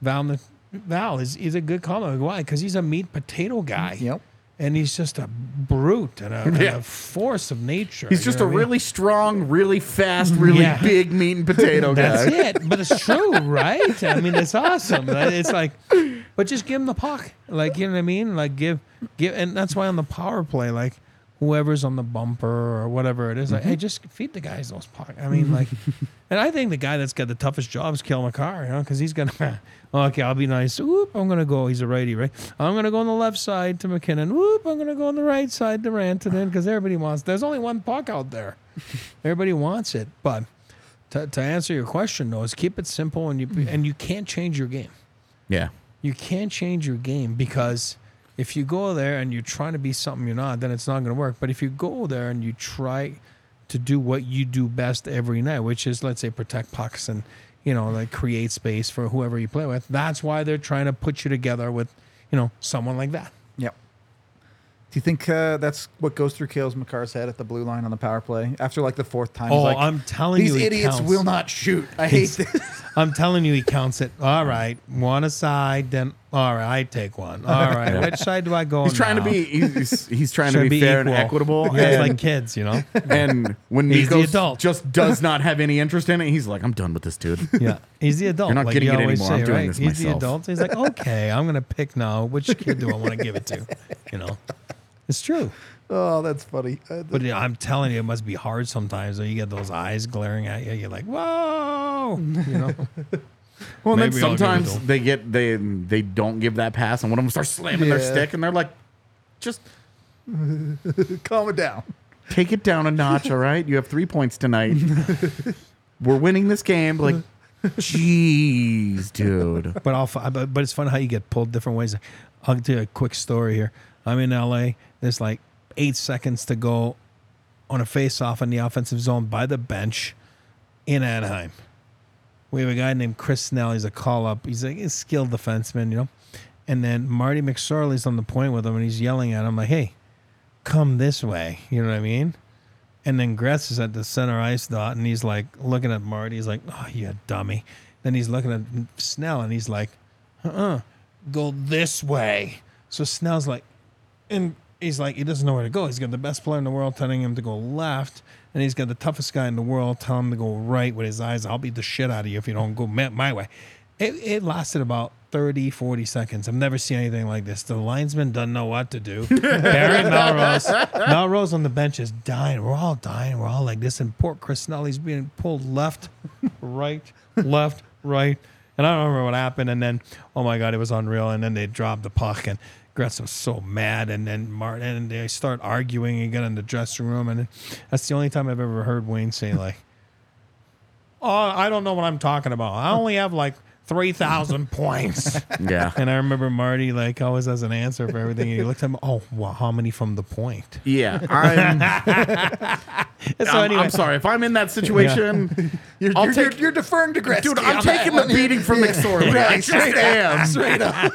[SPEAKER 3] Val Val is he's a good comment. Why? Because he's a meat potato guy.
[SPEAKER 1] Yep.
[SPEAKER 3] And he's just a brute and a, and
[SPEAKER 2] Yeah.
[SPEAKER 3] a force of nature.
[SPEAKER 2] He's
[SPEAKER 3] you
[SPEAKER 2] just
[SPEAKER 3] know
[SPEAKER 2] a
[SPEAKER 3] what I mean?
[SPEAKER 2] really strong, really fast, really
[SPEAKER 3] Yeah.
[SPEAKER 2] big meat and potato
[SPEAKER 3] That's
[SPEAKER 2] guy.
[SPEAKER 3] it. But it's true, right? I mean, it's awesome. It's like, but just give him the puck. Like, you know what I mean? Like, give, give, and that's why on the power play, like, whoever's on the bumper or whatever it is, like, hey, just feed the guys those puck. I mean, like, and I think the guy that's got the toughest job is Kale McCarr, you know, because he's gonna, okay, I'll be nice. Oop, I'm gonna go. He's a righty, right? I'm gonna go on the left side to McKinnon. Oop, I'm gonna go on the right side to Rantanen because everybody wants. There's only one puck out there. Everybody wants it, but to, to answer your question though is keep it simple and you and you can't change your game
[SPEAKER 2] Yeah.
[SPEAKER 3] you can't change your game because if you go there and you're trying to be something you're not then it's not going to work but if you go there and you try to do what you do best every night which is let's say protect pucks and you know like create space for whoever you play with that's why they're trying to put you together with you know someone like that
[SPEAKER 1] Yep. Do you think uh, that's what goes through Kales McCarr's head at the blue line on the power play after like the fourth time? he's
[SPEAKER 3] Oh,
[SPEAKER 1] like,
[SPEAKER 3] I'm telling
[SPEAKER 1] these
[SPEAKER 3] you, it
[SPEAKER 1] idiots
[SPEAKER 3] counts."
[SPEAKER 1] will not shoot. I hate this.
[SPEAKER 3] I'm telling you, he counts it. All right, one aside, then all right, I take one. All right, which side do I go?
[SPEAKER 2] He's trying
[SPEAKER 3] now?
[SPEAKER 2] to be he's, he's- he's trying
[SPEAKER 3] Should
[SPEAKER 2] to be, fair and
[SPEAKER 3] equal.
[SPEAKER 2] equitable.
[SPEAKER 3] Yeah, it's
[SPEAKER 2] and,
[SPEAKER 3] like kids, you know.
[SPEAKER 2] and when
[SPEAKER 3] He's the
[SPEAKER 2] Nico
[SPEAKER 3] adult.
[SPEAKER 2] just does not have any interest in it, he's like, I'm done with this dude.
[SPEAKER 3] Yeah, he's the adult.
[SPEAKER 2] You're not
[SPEAKER 3] like
[SPEAKER 2] getting
[SPEAKER 3] you
[SPEAKER 2] it
[SPEAKER 3] always
[SPEAKER 2] anymore. I'm
[SPEAKER 3] Say,
[SPEAKER 2] doing
[SPEAKER 3] right?
[SPEAKER 2] this
[SPEAKER 3] he's the
[SPEAKER 2] myself.
[SPEAKER 3] adult. He's like, okay, I'm gonna pick now. Which kid do I want to give it to? You know, it's true.
[SPEAKER 1] Oh, that's funny. Uh,
[SPEAKER 3] But yeah, I'm telling you, it must be hard sometimes. Or you get those eyes glaring at you. You're like, whoa. You know?
[SPEAKER 2] Well, and then
[SPEAKER 3] Maybe I'll give it
[SPEAKER 2] sometimes
[SPEAKER 3] to 'em.
[SPEAKER 2] they get they they don't give that pass, and one of them starts slamming their
[SPEAKER 1] Yeah.
[SPEAKER 2] stick, and they're like, "Just
[SPEAKER 1] calm it down.
[SPEAKER 2] take it down a notch, all right? You have three points tonight. We're winning this game." Like, jeez, dude.
[SPEAKER 3] But I'll, fi- but, but it's fun how you get pulled different ways. I'll do a quick story here. I'm in LA. There's like eight seconds to go on a face off in the offensive zone by the bench in Anaheim. We have a guy named Chris Snell. He's a call up. He's like a skilled defenseman, you know. And then Marty McSorley's on the point with him, and he's yelling at him like, "Hey, come this way." You know what I mean? And then Gretz is at the center ice dot, and he's like looking at Marty. He's like, "Oh, you dummy." Then he's looking at Snell, and he's like, "Uh, uh go this way." So Snell's like, and he's like, he doesn't know where to go. He's got the best player in the world telling him to go left, and he's got the toughest guy in the world telling him to go right with his eyes. I'll beat the shit out of you if you don't go my, my way. It, it lasted about 30, 40 seconds. I've never seen anything like this. The linesman doesn't know what to do. Barry Melrose, Melrose on the bench is dying. We're all dying. We're all like this. And poor Chris Snelly's being pulled left, right, left, right. And I don't remember what happened. And then, oh my God, it was unreal. And then they dropped the puck, and Gretz was so mad. And then Martin and they start arguing and get in the dressing room. And that's the only time I've ever heard Wayne say like, "Oh, I don't know what I'm talking about. I only have like three thousand points."
[SPEAKER 2] Yeah.
[SPEAKER 3] and I remember Marty like always has an answer for everything. And he looked at him, "Oh, well, how many from the point?"
[SPEAKER 2] Yeah, I'm,
[SPEAKER 3] And so
[SPEAKER 2] I'm,
[SPEAKER 3] anyway,
[SPEAKER 2] I'm sorry if I'm in that situation.
[SPEAKER 1] You're,
[SPEAKER 2] I'll
[SPEAKER 1] you're,
[SPEAKER 2] take-
[SPEAKER 1] you're, you're deferring to Gretzky.
[SPEAKER 2] Dude, I'm
[SPEAKER 1] on that
[SPEAKER 2] taking the
[SPEAKER 1] one.
[SPEAKER 2] beating from McSorley. I just am.
[SPEAKER 1] Straight up.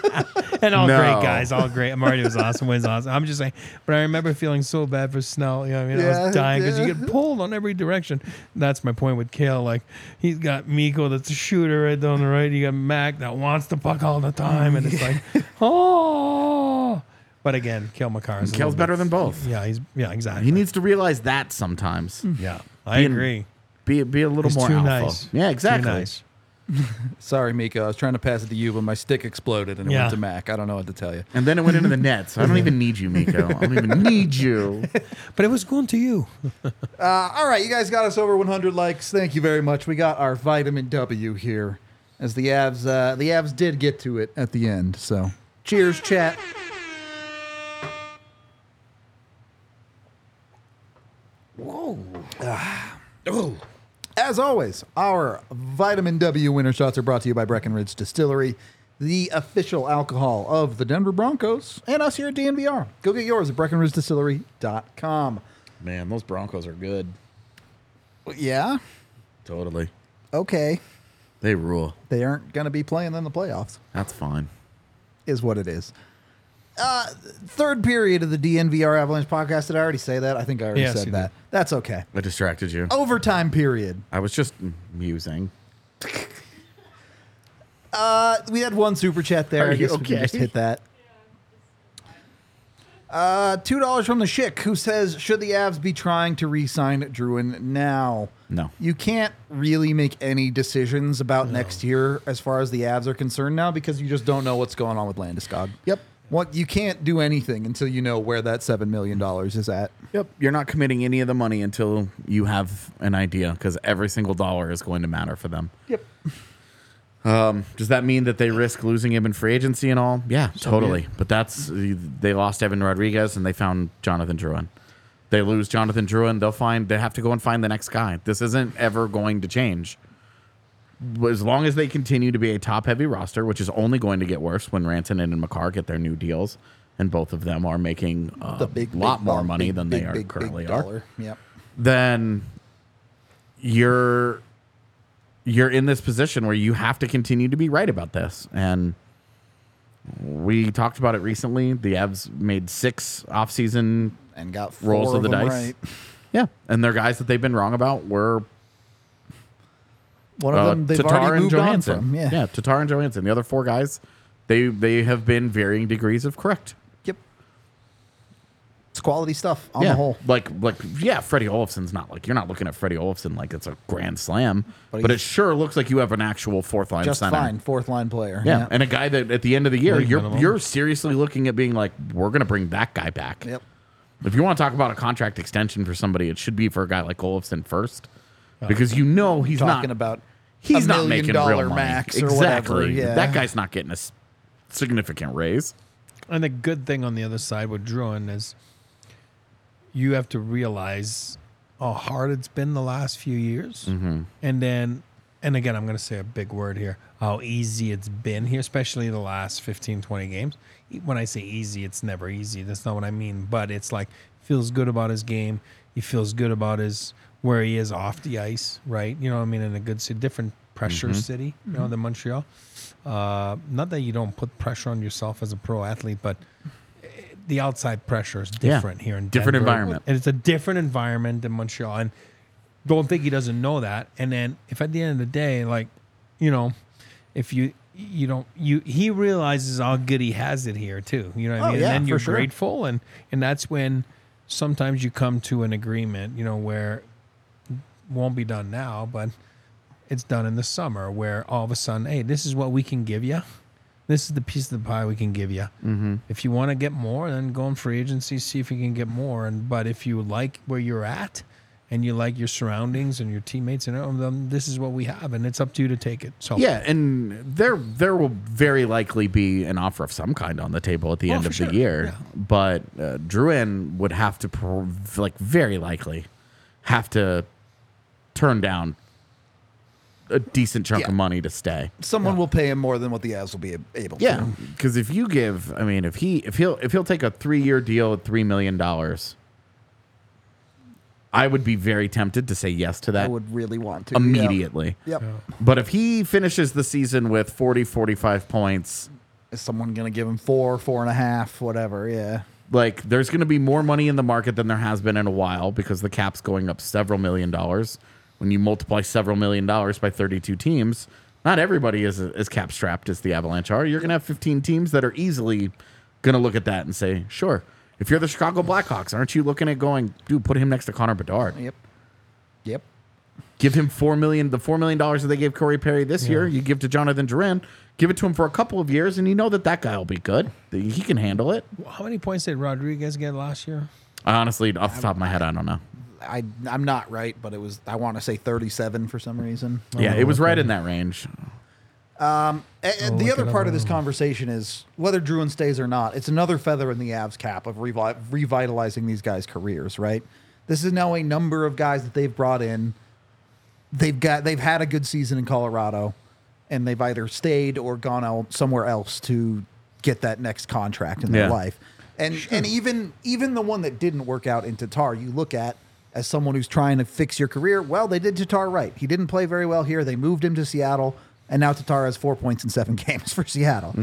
[SPEAKER 3] and all
[SPEAKER 2] No.
[SPEAKER 3] great guys, all great. Marty was awesome. Wayne's awesome. I'm just saying, but I remember feeling so bad for Snell. You know, what I mean, I
[SPEAKER 1] Yeah,
[SPEAKER 3] was dying because
[SPEAKER 1] yeah.
[SPEAKER 3] you get pulled on every direction. That's my point with Kale. Like he's got Miko, that's a shooter right down the right. You got Mac that wants the puck all the time, and it's like, oh. But again, Kale McCarr is a
[SPEAKER 2] Kale's
[SPEAKER 3] little
[SPEAKER 2] better
[SPEAKER 3] bit-
[SPEAKER 2] than both.
[SPEAKER 3] Yeah, he's yeah exactly.
[SPEAKER 2] He needs to realize that sometimes.
[SPEAKER 3] yeah, I
[SPEAKER 2] being-
[SPEAKER 3] agree.
[SPEAKER 2] Be be a little
[SPEAKER 3] He's
[SPEAKER 2] more
[SPEAKER 3] too
[SPEAKER 2] alpha.
[SPEAKER 3] nice.
[SPEAKER 2] Yeah,
[SPEAKER 3] Too
[SPEAKER 2] exactly.
[SPEAKER 3] nice.
[SPEAKER 1] Sorry, Mika. I was trying to pass it to you, but my stick exploded and it
[SPEAKER 3] Yeah.
[SPEAKER 1] went to Mac. I don't know what to tell you.
[SPEAKER 2] And then it went into the net. So I don't even need you, Miko. I don't even need you.
[SPEAKER 3] But it was going to you.
[SPEAKER 1] Uh, all right, you guys got us over 100 likes. Thank you very much. We got our vitamin W here, as the Avs uh, the Avs did get to it at the end. So, cheers, chat. Ah. As always, our vitamin W winner shots are brought to you by Breckenridge Distillery, the official alcohol of the Denver Broncos, and us here at DNVR. Go get yours at BreckenridgeDistillery.com.
[SPEAKER 2] Man, those Broncos are good.
[SPEAKER 1] Yeah.
[SPEAKER 2] Totally.
[SPEAKER 1] Okay.
[SPEAKER 2] They rule.
[SPEAKER 1] They aren't going to be playing in the playoffs,
[SPEAKER 2] That's fine.
[SPEAKER 1] is what it is. Uh, third period of the DNVR Avalanche podcast. Did I already say that? I think I already
[SPEAKER 3] Yes,
[SPEAKER 1] said
[SPEAKER 3] you
[SPEAKER 1] that. That's okay.
[SPEAKER 2] I distracted you.
[SPEAKER 1] Overtime period.
[SPEAKER 2] I was just musing.
[SPEAKER 1] Uh, we had one super chat there.
[SPEAKER 2] Are
[SPEAKER 1] I
[SPEAKER 2] you
[SPEAKER 1] guess we can
[SPEAKER 2] okay?
[SPEAKER 1] just hit that. Uh, two dollars from the Schick, who says, "Should the Avs be trying to re-sign Druin now?"
[SPEAKER 2] No.
[SPEAKER 1] you can't really make any decisions about next year as far as the Avs are concerned now because you just don't know what's going on with Landeskog.
[SPEAKER 2] Yep.
[SPEAKER 1] What you can't do anything until you know where that seven million dollars is at.
[SPEAKER 2] Yep. You're not committing any of the money until you have an idea because every single dollar is going to matter for them.
[SPEAKER 1] Yep.
[SPEAKER 2] Does that mean that they risk losing him in free agency and all? Yeah, totally. But that's they lost Evan Rodriguez and they found Jonathan Druin. They lose Jonathan Druin, they'll find they have to go and find the next guy. This isn't ever going to change. As long as they continue to be a top heavy roster, which is only going to get worse when Rantanen and McCarr get their new deals, and both of them are making a
[SPEAKER 1] The big
[SPEAKER 2] lot
[SPEAKER 1] big,
[SPEAKER 2] more
[SPEAKER 1] big,
[SPEAKER 2] money
[SPEAKER 1] big,
[SPEAKER 2] than
[SPEAKER 1] big,
[SPEAKER 2] they are
[SPEAKER 1] big, big
[SPEAKER 2] currently are
[SPEAKER 1] dollar. Yep.
[SPEAKER 2] then you're you're in this position where you have to continue to be right about this and we talked about it recently the avs made six offseason
[SPEAKER 1] And got four
[SPEAKER 2] rolls of, the
[SPEAKER 1] them
[SPEAKER 2] dice
[SPEAKER 1] right.
[SPEAKER 2] yeah and their guys that they've been wrong about were
[SPEAKER 1] One of
[SPEAKER 2] uh,
[SPEAKER 1] them they've
[SPEAKER 2] tatar
[SPEAKER 1] already
[SPEAKER 2] and
[SPEAKER 1] moved on
[SPEAKER 2] johansson
[SPEAKER 1] from. Yeah.
[SPEAKER 2] yeah tatar and johansson the other four guys they they have been varying degrees of correct
[SPEAKER 1] Yep. It's quality stuff on
[SPEAKER 2] yeah.
[SPEAKER 1] the whole.
[SPEAKER 2] Like like yeah, Freddie Olafson's not like you're not looking at Freddie Olafson like it's a grand slam,
[SPEAKER 1] But
[SPEAKER 2] but,
[SPEAKER 1] he's-
[SPEAKER 2] it sure looks like you have an actual fourth line
[SPEAKER 1] Just
[SPEAKER 2] center.
[SPEAKER 1] fine. Fourth line player.
[SPEAKER 2] Yeah. and a guy that at the end of the year
[SPEAKER 3] League
[SPEAKER 2] you're
[SPEAKER 3] minimum.
[SPEAKER 2] you're seriously looking at being like we're gonna bring that guy back.
[SPEAKER 1] yep.
[SPEAKER 2] If you want to talk about a contract extension for somebody, it should be for a guy like Olafson first, because you know he's
[SPEAKER 1] Oh, talking
[SPEAKER 2] not
[SPEAKER 1] about
[SPEAKER 2] he's
[SPEAKER 1] a
[SPEAKER 2] not
[SPEAKER 1] million
[SPEAKER 2] making
[SPEAKER 1] dollar
[SPEAKER 2] real money.
[SPEAKER 1] max or
[SPEAKER 2] exactly.
[SPEAKER 1] whatever. Yeah.
[SPEAKER 2] That guy's not getting a s- significant raise.
[SPEAKER 3] And the good thing on the other side with Druin is you have to realize how hard it's been the last few years. And then, and again, I'm going to say a big word here how easy it's been here, especially the last 15, 20 games. E, When I say easy, it's never easy. That's not what I mean. But it's like, feels good about his game. He feels good about his where he is off the ice, right? You know what I mean? In a good city, different pressure city, you know, than Montreal. Uh, not that you don't put pressure on yourself as a pro athlete, but eh, the outside pressure is
[SPEAKER 2] Yeah.
[SPEAKER 3] different here in
[SPEAKER 2] Different
[SPEAKER 3] Denver.
[SPEAKER 2] environment.
[SPEAKER 3] and it's a different environment than Montreal. And don't think he doesn't know that. And then if at the end of the day, like you know, if you you don't you he realizes how good he has it here too. You know what
[SPEAKER 1] Oh,
[SPEAKER 3] I mean?
[SPEAKER 1] yeah,
[SPEAKER 3] and then
[SPEAKER 1] for
[SPEAKER 3] you're
[SPEAKER 1] sure.
[SPEAKER 3] grateful, and and that's when sometimes you come to an agreement. You know where won't be done now, but it's done in the summer where all of a sudden, hey, this is what we can give you. This is the piece of the pie we can give you. Mm-hmm. If you want to get more, then go on free agency, see if you can get more. And but if you like where you're at, and you like your surroundings and your teammates, and all, then this is what we have, and it's up to you to take it. So
[SPEAKER 2] Yeah, and there there will very likely be an offer of some kind on the table at the
[SPEAKER 3] Oh,
[SPEAKER 2] end
[SPEAKER 3] for
[SPEAKER 2] of
[SPEAKER 3] sure,
[SPEAKER 2] the year.
[SPEAKER 3] yeah.
[SPEAKER 2] But uh, Druin would have to pro- like very likely have to turn down a decent chunk
[SPEAKER 1] Yeah.
[SPEAKER 2] of money to stay.
[SPEAKER 1] Someone will pay him more than what the Avs will be ab- able
[SPEAKER 2] Yeah,
[SPEAKER 1] to.
[SPEAKER 2] because if you give, I mean, if he if he'll if he'll take a three year deal at three million dollars, I would be very tempted to say yes to
[SPEAKER 1] I
[SPEAKER 2] that
[SPEAKER 1] would really want to. yeah.
[SPEAKER 2] immediately.
[SPEAKER 1] Yep.
[SPEAKER 2] But if he finishes the season with 40, 45 points,
[SPEAKER 1] Is someone going to give him four, four and a half, whatever? Yeah.
[SPEAKER 2] like there's going to be more money in the market than there has been in a while because the cap's going up several million dollars. When you multiply several million dollars by 32 teams, not everybody is as cap strapped as the Avalanche are. You're going to have 15 teams that are easily going to look at that and say, sure. If you're the Chicago Blackhawks, aren't you looking at going, dude, put him next to Connor Bedard?
[SPEAKER 1] Yep. Yep.
[SPEAKER 2] Give him four million, the four million dollars that they gave Corey Perry this year. You give to Jonathan Duran, give it to him for a couple of years, and you know that that guy will be good. that He can handle it.
[SPEAKER 3] how many points did Rodriguez get last year?
[SPEAKER 2] I honestly, off the top of my head, I don't know.
[SPEAKER 1] I I'm not right, but it was I want to say 37 for some reason.
[SPEAKER 2] Yeah, it was right in that range.
[SPEAKER 1] A- and
[SPEAKER 3] I'll
[SPEAKER 1] Uh, the
[SPEAKER 3] look
[SPEAKER 1] other
[SPEAKER 3] it up
[SPEAKER 1] part of this
[SPEAKER 3] now.
[SPEAKER 1] conversation is whether Druin stays or not. It's another feather in the Avs cap of revi- revitalizing these guys' careers, right? This is now a number of guys that they've brought in. They've got they've had a good season in Colorado, and they've either stayed or gone out somewhere else to get that next contract in their
[SPEAKER 2] Yeah.
[SPEAKER 1] life. And and even even the one that didn't work out in Tatar, you look at as someone who's trying to fix your career. Well, they did Tatar right. He didn't play very well here. They moved him to Seattle, and now Tatar has four points in seven games for Seattle.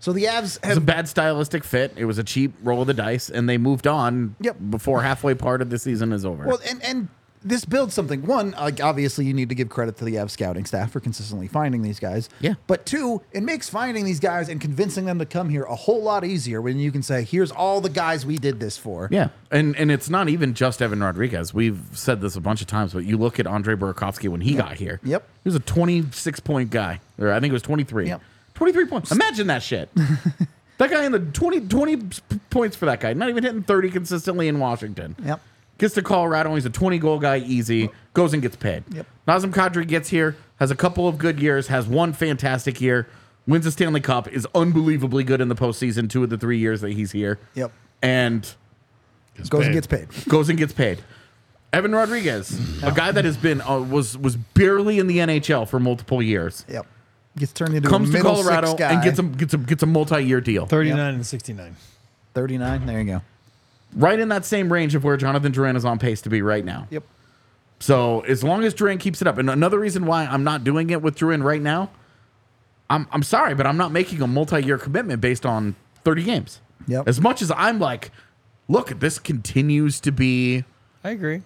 [SPEAKER 1] So the Avs
[SPEAKER 2] It was Mm-hmm. a
[SPEAKER 1] have
[SPEAKER 2] bad stylistic fit. It was a cheap roll of the dice, and they moved on
[SPEAKER 1] Yep.
[SPEAKER 2] before halfway part of the season is over.
[SPEAKER 1] well, and and this builds something. One, like obviously, you need to give credit to the Avs scouting staff for consistently finding these guys.
[SPEAKER 2] Yeah.
[SPEAKER 1] But two, it makes finding these guys and convincing them to come here a whole lot easier when you can say, "Here's all the guys we did this for."
[SPEAKER 2] yeah, and and it's not even just Evan Rodriguez. We've said this a bunch of times, but you look at Andre Burakovsky when he got here.
[SPEAKER 1] Yep.
[SPEAKER 2] he was a twenty-six point guy, or I think it was twenty-three.
[SPEAKER 1] Yep.
[SPEAKER 2] twenty-three points. Imagine that shit. that guy in the 20, 20 p- points for that guy. Not even hitting thirty consistently in Washington.
[SPEAKER 1] Yep.
[SPEAKER 2] Gets to Colorado. He's a 20 goal guy, easy. Goes and gets paid.
[SPEAKER 1] Yep.
[SPEAKER 2] Nazem Kadri gets here, has a couple of good years, has one fantastic year, wins the Stanley Cup, is unbelievably good in the postseason two of the three years that he's here.
[SPEAKER 1] Yep.
[SPEAKER 2] And
[SPEAKER 1] Goes and
[SPEAKER 3] paid.
[SPEAKER 1] gets paid.
[SPEAKER 2] goes and gets paid. Evan Rodriguez, a guy that has been uh, was was barely in the NHL for multiple years,
[SPEAKER 1] Yep. Gets turned into
[SPEAKER 2] comes
[SPEAKER 1] a
[SPEAKER 2] to
[SPEAKER 1] middle six
[SPEAKER 2] Colorado
[SPEAKER 1] guy.
[SPEAKER 2] and gets a gets a gets a multi year deal,
[SPEAKER 3] 39 and 69.
[SPEAKER 1] 39. There you go.
[SPEAKER 2] right in that same range of where Jonathan Duran is on pace to be right now.
[SPEAKER 1] Yep.
[SPEAKER 2] So as long as Duran keeps it up, and another reason why I'm not doing it with Duran right now, I'm I'm sorry, but I'm not making a multi-year commitment based on 30 games.
[SPEAKER 1] Yep.
[SPEAKER 2] As much as I'm like, look, this continues to be
[SPEAKER 3] I agree.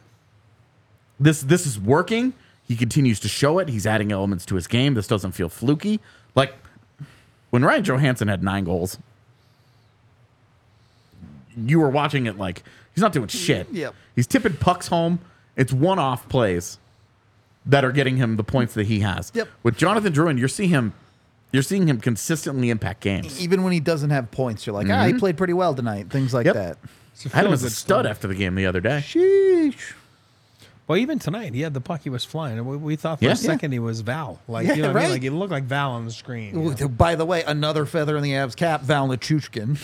[SPEAKER 2] this this is working. He continues to show it. He's adding elements to his game. This doesn't feel fluky. Like when Ryan Johansson had nine goals, you were watching it like he's not doing shit.
[SPEAKER 1] Yep.
[SPEAKER 2] He's tipping pucks home. It's one off plays that are getting him the points that he has.
[SPEAKER 1] Yep.
[SPEAKER 2] With Jonathan Druin, you're seeing him You're seeing him consistently impact games.
[SPEAKER 1] Even when he doesn't have points, you're like, ah, he played pretty well tonight. Things like
[SPEAKER 2] Mm-hmm. Yep.
[SPEAKER 1] that.
[SPEAKER 3] So
[SPEAKER 2] I had him
[SPEAKER 3] Phil's
[SPEAKER 2] as a
[SPEAKER 3] good
[SPEAKER 2] stud
[SPEAKER 3] story.
[SPEAKER 2] after the game the other day.
[SPEAKER 1] Sheesh.
[SPEAKER 3] Well, even tonight, he had the puck. He was flying. We, we thought for
[SPEAKER 2] Yeah.
[SPEAKER 3] a second he was Val. Like
[SPEAKER 1] Yeah,
[SPEAKER 3] you know, what I
[SPEAKER 1] right.
[SPEAKER 3] mean? like it looked like Val on the screen. you know?
[SPEAKER 1] By the way, another feather in the Avs cap, Val Nichushkin.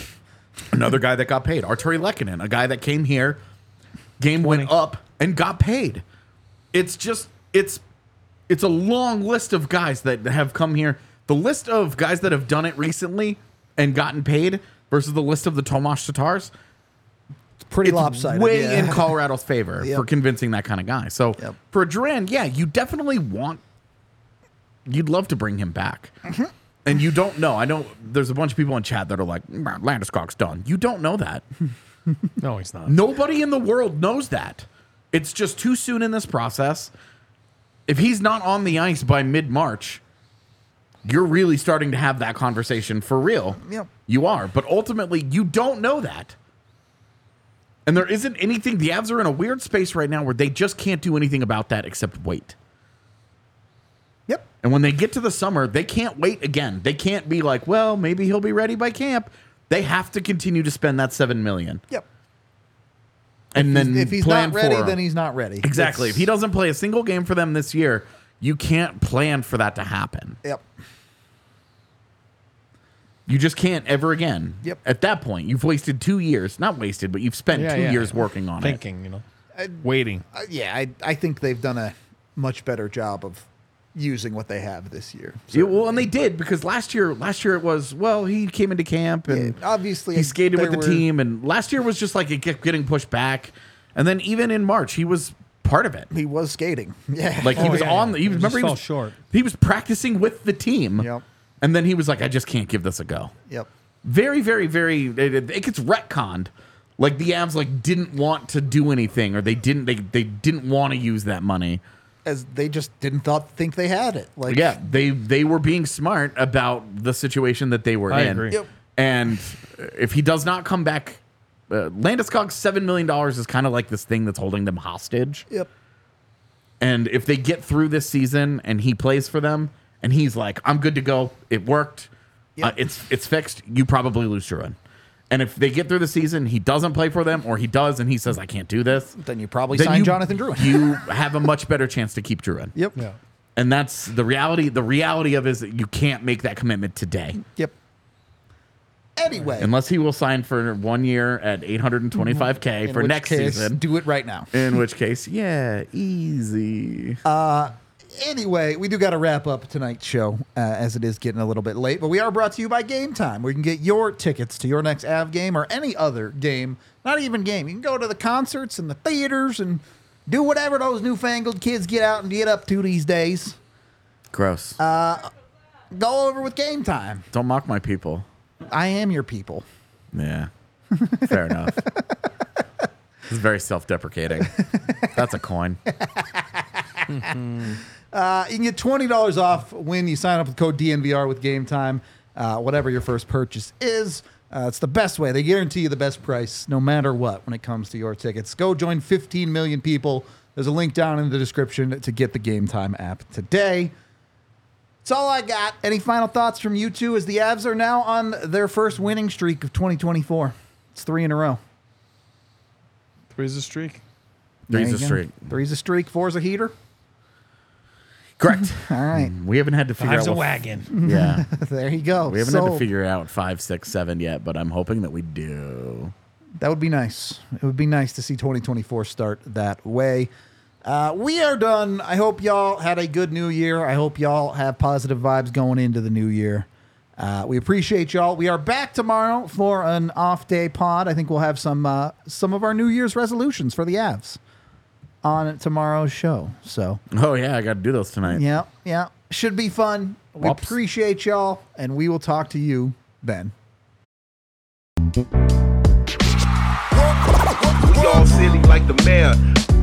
[SPEAKER 2] Another guy that got paid, Arturi Lekkinen, a guy that came here, game went
[SPEAKER 3] 20.
[SPEAKER 2] up and got paid. It's just it's it's a long list of guys that have come here. The list of guys that have done it recently and gotten paid versus the list of the Tomash Tatars,
[SPEAKER 1] Pretty
[SPEAKER 2] it's
[SPEAKER 1] lopsided.
[SPEAKER 2] way
[SPEAKER 1] yeah.
[SPEAKER 2] in Colorado's favor
[SPEAKER 1] Yep.
[SPEAKER 2] for convincing that kind of guy. So
[SPEAKER 1] Yep.
[SPEAKER 2] for Duran, yeah, you definitely want, you'd love to bring him back.
[SPEAKER 1] Mm-hmm.
[SPEAKER 2] And you don't know. I know there's a bunch of people in chat that are like, "Nah, Landeskog's done. You don't know that.
[SPEAKER 3] No, he's not.
[SPEAKER 2] Nobody in the world knows that. It's just too soon in this process. If he's not on the ice by mid March, you're really starting to have that conversation for real.
[SPEAKER 1] Yep.
[SPEAKER 2] You are. But ultimately, you don't know that. And there isn't anything. The Avs are in a weird space right now where they just can't do anything about that except wait.
[SPEAKER 1] Yep.
[SPEAKER 2] And when they get to the summer, they can't wait again. They can't be like, well, maybe he'll be ready by camp. They have to continue to spend that seven million,
[SPEAKER 1] Yep.
[SPEAKER 2] and then
[SPEAKER 1] if he's
[SPEAKER 2] Mm, plan
[SPEAKER 1] not ready,
[SPEAKER 2] for him.
[SPEAKER 1] then he's not ready.
[SPEAKER 2] Exactly.
[SPEAKER 1] It's-
[SPEAKER 2] If he doesn't play a single game for them this year, you can't plan for that to happen.
[SPEAKER 1] Yep.
[SPEAKER 2] You just can't ever again.
[SPEAKER 1] Yep.
[SPEAKER 2] At that point, you've wasted two years. Not wasted, but you've spent
[SPEAKER 3] Yeah,
[SPEAKER 2] two
[SPEAKER 3] yeah.
[SPEAKER 2] years working on it.
[SPEAKER 3] Thinking, you know, waiting.
[SPEAKER 1] Uh, yeah, I, I think they've done a much better job of using what they have this year.
[SPEAKER 2] Yeah, well, and they did because last year, last year it was well, he came into camp and
[SPEAKER 1] Yeah, obviously
[SPEAKER 2] he skated
[SPEAKER 1] there
[SPEAKER 2] with the
[SPEAKER 1] were-
[SPEAKER 2] team, and last year was just like it kept getting pushed back, and then even in March he was part of it.
[SPEAKER 1] He was skating. Yeah.
[SPEAKER 2] Like he
[SPEAKER 3] Oh,
[SPEAKER 2] was
[SPEAKER 3] yeah,
[SPEAKER 2] on.
[SPEAKER 3] yeah.
[SPEAKER 2] The, he
[SPEAKER 3] It
[SPEAKER 2] was
[SPEAKER 3] just
[SPEAKER 2] remember he
[SPEAKER 3] fell
[SPEAKER 2] was
[SPEAKER 3] short.
[SPEAKER 2] He was practicing with the team.
[SPEAKER 1] Yep.
[SPEAKER 2] And then he was like, I just can't give this a go.
[SPEAKER 1] yep.
[SPEAKER 2] very, very, very. It, it it gets retconned. Like the Avs like didn't want to do anything, or they didn't they they didn't want to use that money.
[SPEAKER 1] As they just didn't thought think they had it. Like
[SPEAKER 2] Yeah, they they were being smart about the situation that they were
[SPEAKER 3] I
[SPEAKER 2] in.
[SPEAKER 3] agree.
[SPEAKER 1] Yep.
[SPEAKER 2] And if he does not come back, uh, Landeskog's seven million dollars is kind of like this thing that's holding them hostage.
[SPEAKER 1] Yep.
[SPEAKER 2] And if they get through this season and he plays for them, and he's like, "I'm good to go. It worked.
[SPEAKER 1] Yeah.
[SPEAKER 2] Uh, it's it's fixed. You probably lose your run." And if they get through the season, he doesn't play for them, or he does, and he says, "I can't do this,"
[SPEAKER 1] Then you probably
[SPEAKER 2] then
[SPEAKER 1] signed
[SPEAKER 2] you-
[SPEAKER 1] Jonathan Drew.
[SPEAKER 2] you have a much better chance to keep Drew in.
[SPEAKER 1] Yep.
[SPEAKER 3] Yeah.
[SPEAKER 2] And that's the reality. The reality of it is that you can't make that commitment today,
[SPEAKER 1] Yep. Anyway,
[SPEAKER 2] unless he will sign for one year at 825k
[SPEAKER 1] Mm-hmm. in
[SPEAKER 2] for
[SPEAKER 1] which
[SPEAKER 2] next
[SPEAKER 1] case,
[SPEAKER 2] season.
[SPEAKER 1] do it right now.
[SPEAKER 2] In which case, yeah, easy.
[SPEAKER 1] Uh, Anyway, we do got to wrap up tonight's show uh, as it is getting a little bit late, but we are brought to you by Game Time, where you can get your tickets to your next AV game or any other game, not even game. You can go to the concerts and the theaters and do whatever those newfangled kids get out and get up to these days.
[SPEAKER 2] Gross.
[SPEAKER 1] uh, Go over with Game Time.
[SPEAKER 2] Don't mock my people.
[SPEAKER 1] I am your people.
[SPEAKER 2] Yeah. Fair enough. This is very self deprecating. That's a coin.
[SPEAKER 1] Uh, you can get twenty dollars off when you sign up with code DNVR with Game Time, uh, whatever your first purchase is. Uh, it's the best way. They guarantee you the best price, no matter what, when it comes to your tickets. Go join 15 million people. There's a link down in the description to get the Game Time app today. That's all I got. Any final thoughts from you two? As the Avs are now on their first winning streak of 2024. It's three in a row.
[SPEAKER 3] Three's a streak.
[SPEAKER 2] Three's
[SPEAKER 1] There
[SPEAKER 2] a
[SPEAKER 1] you go.
[SPEAKER 2] streak.
[SPEAKER 1] Three's a streak. Four's a heater.
[SPEAKER 2] Correct.
[SPEAKER 1] All right,
[SPEAKER 2] We haven't had to figure
[SPEAKER 3] Five's a
[SPEAKER 2] out. what-
[SPEAKER 3] wagon.
[SPEAKER 2] yeah.
[SPEAKER 1] there you go.
[SPEAKER 2] We haven't had to
[SPEAKER 1] Sold.
[SPEAKER 2] figure out five, six, seven yet, but I'm hoping that we do.
[SPEAKER 1] That would be nice. It would be nice to see 2024 start that way. Uh, we are done. I hope y'all had a good new year. I hope y'all have positive vibes going into the new year. Uh, we appreciate y'all. We are back tomorrow for an off day pod. I think we'll have some uh, some of our New Year's resolutions for the Avs on tomorrow's show. So
[SPEAKER 2] Oh, yeah. I got to do those tonight.
[SPEAKER 1] yeah, yeah, should be fun. We
[SPEAKER 2] Whoops.
[SPEAKER 1] appreciate y'all, and we will talk to you then.
[SPEAKER 4] We all silly like the mayor.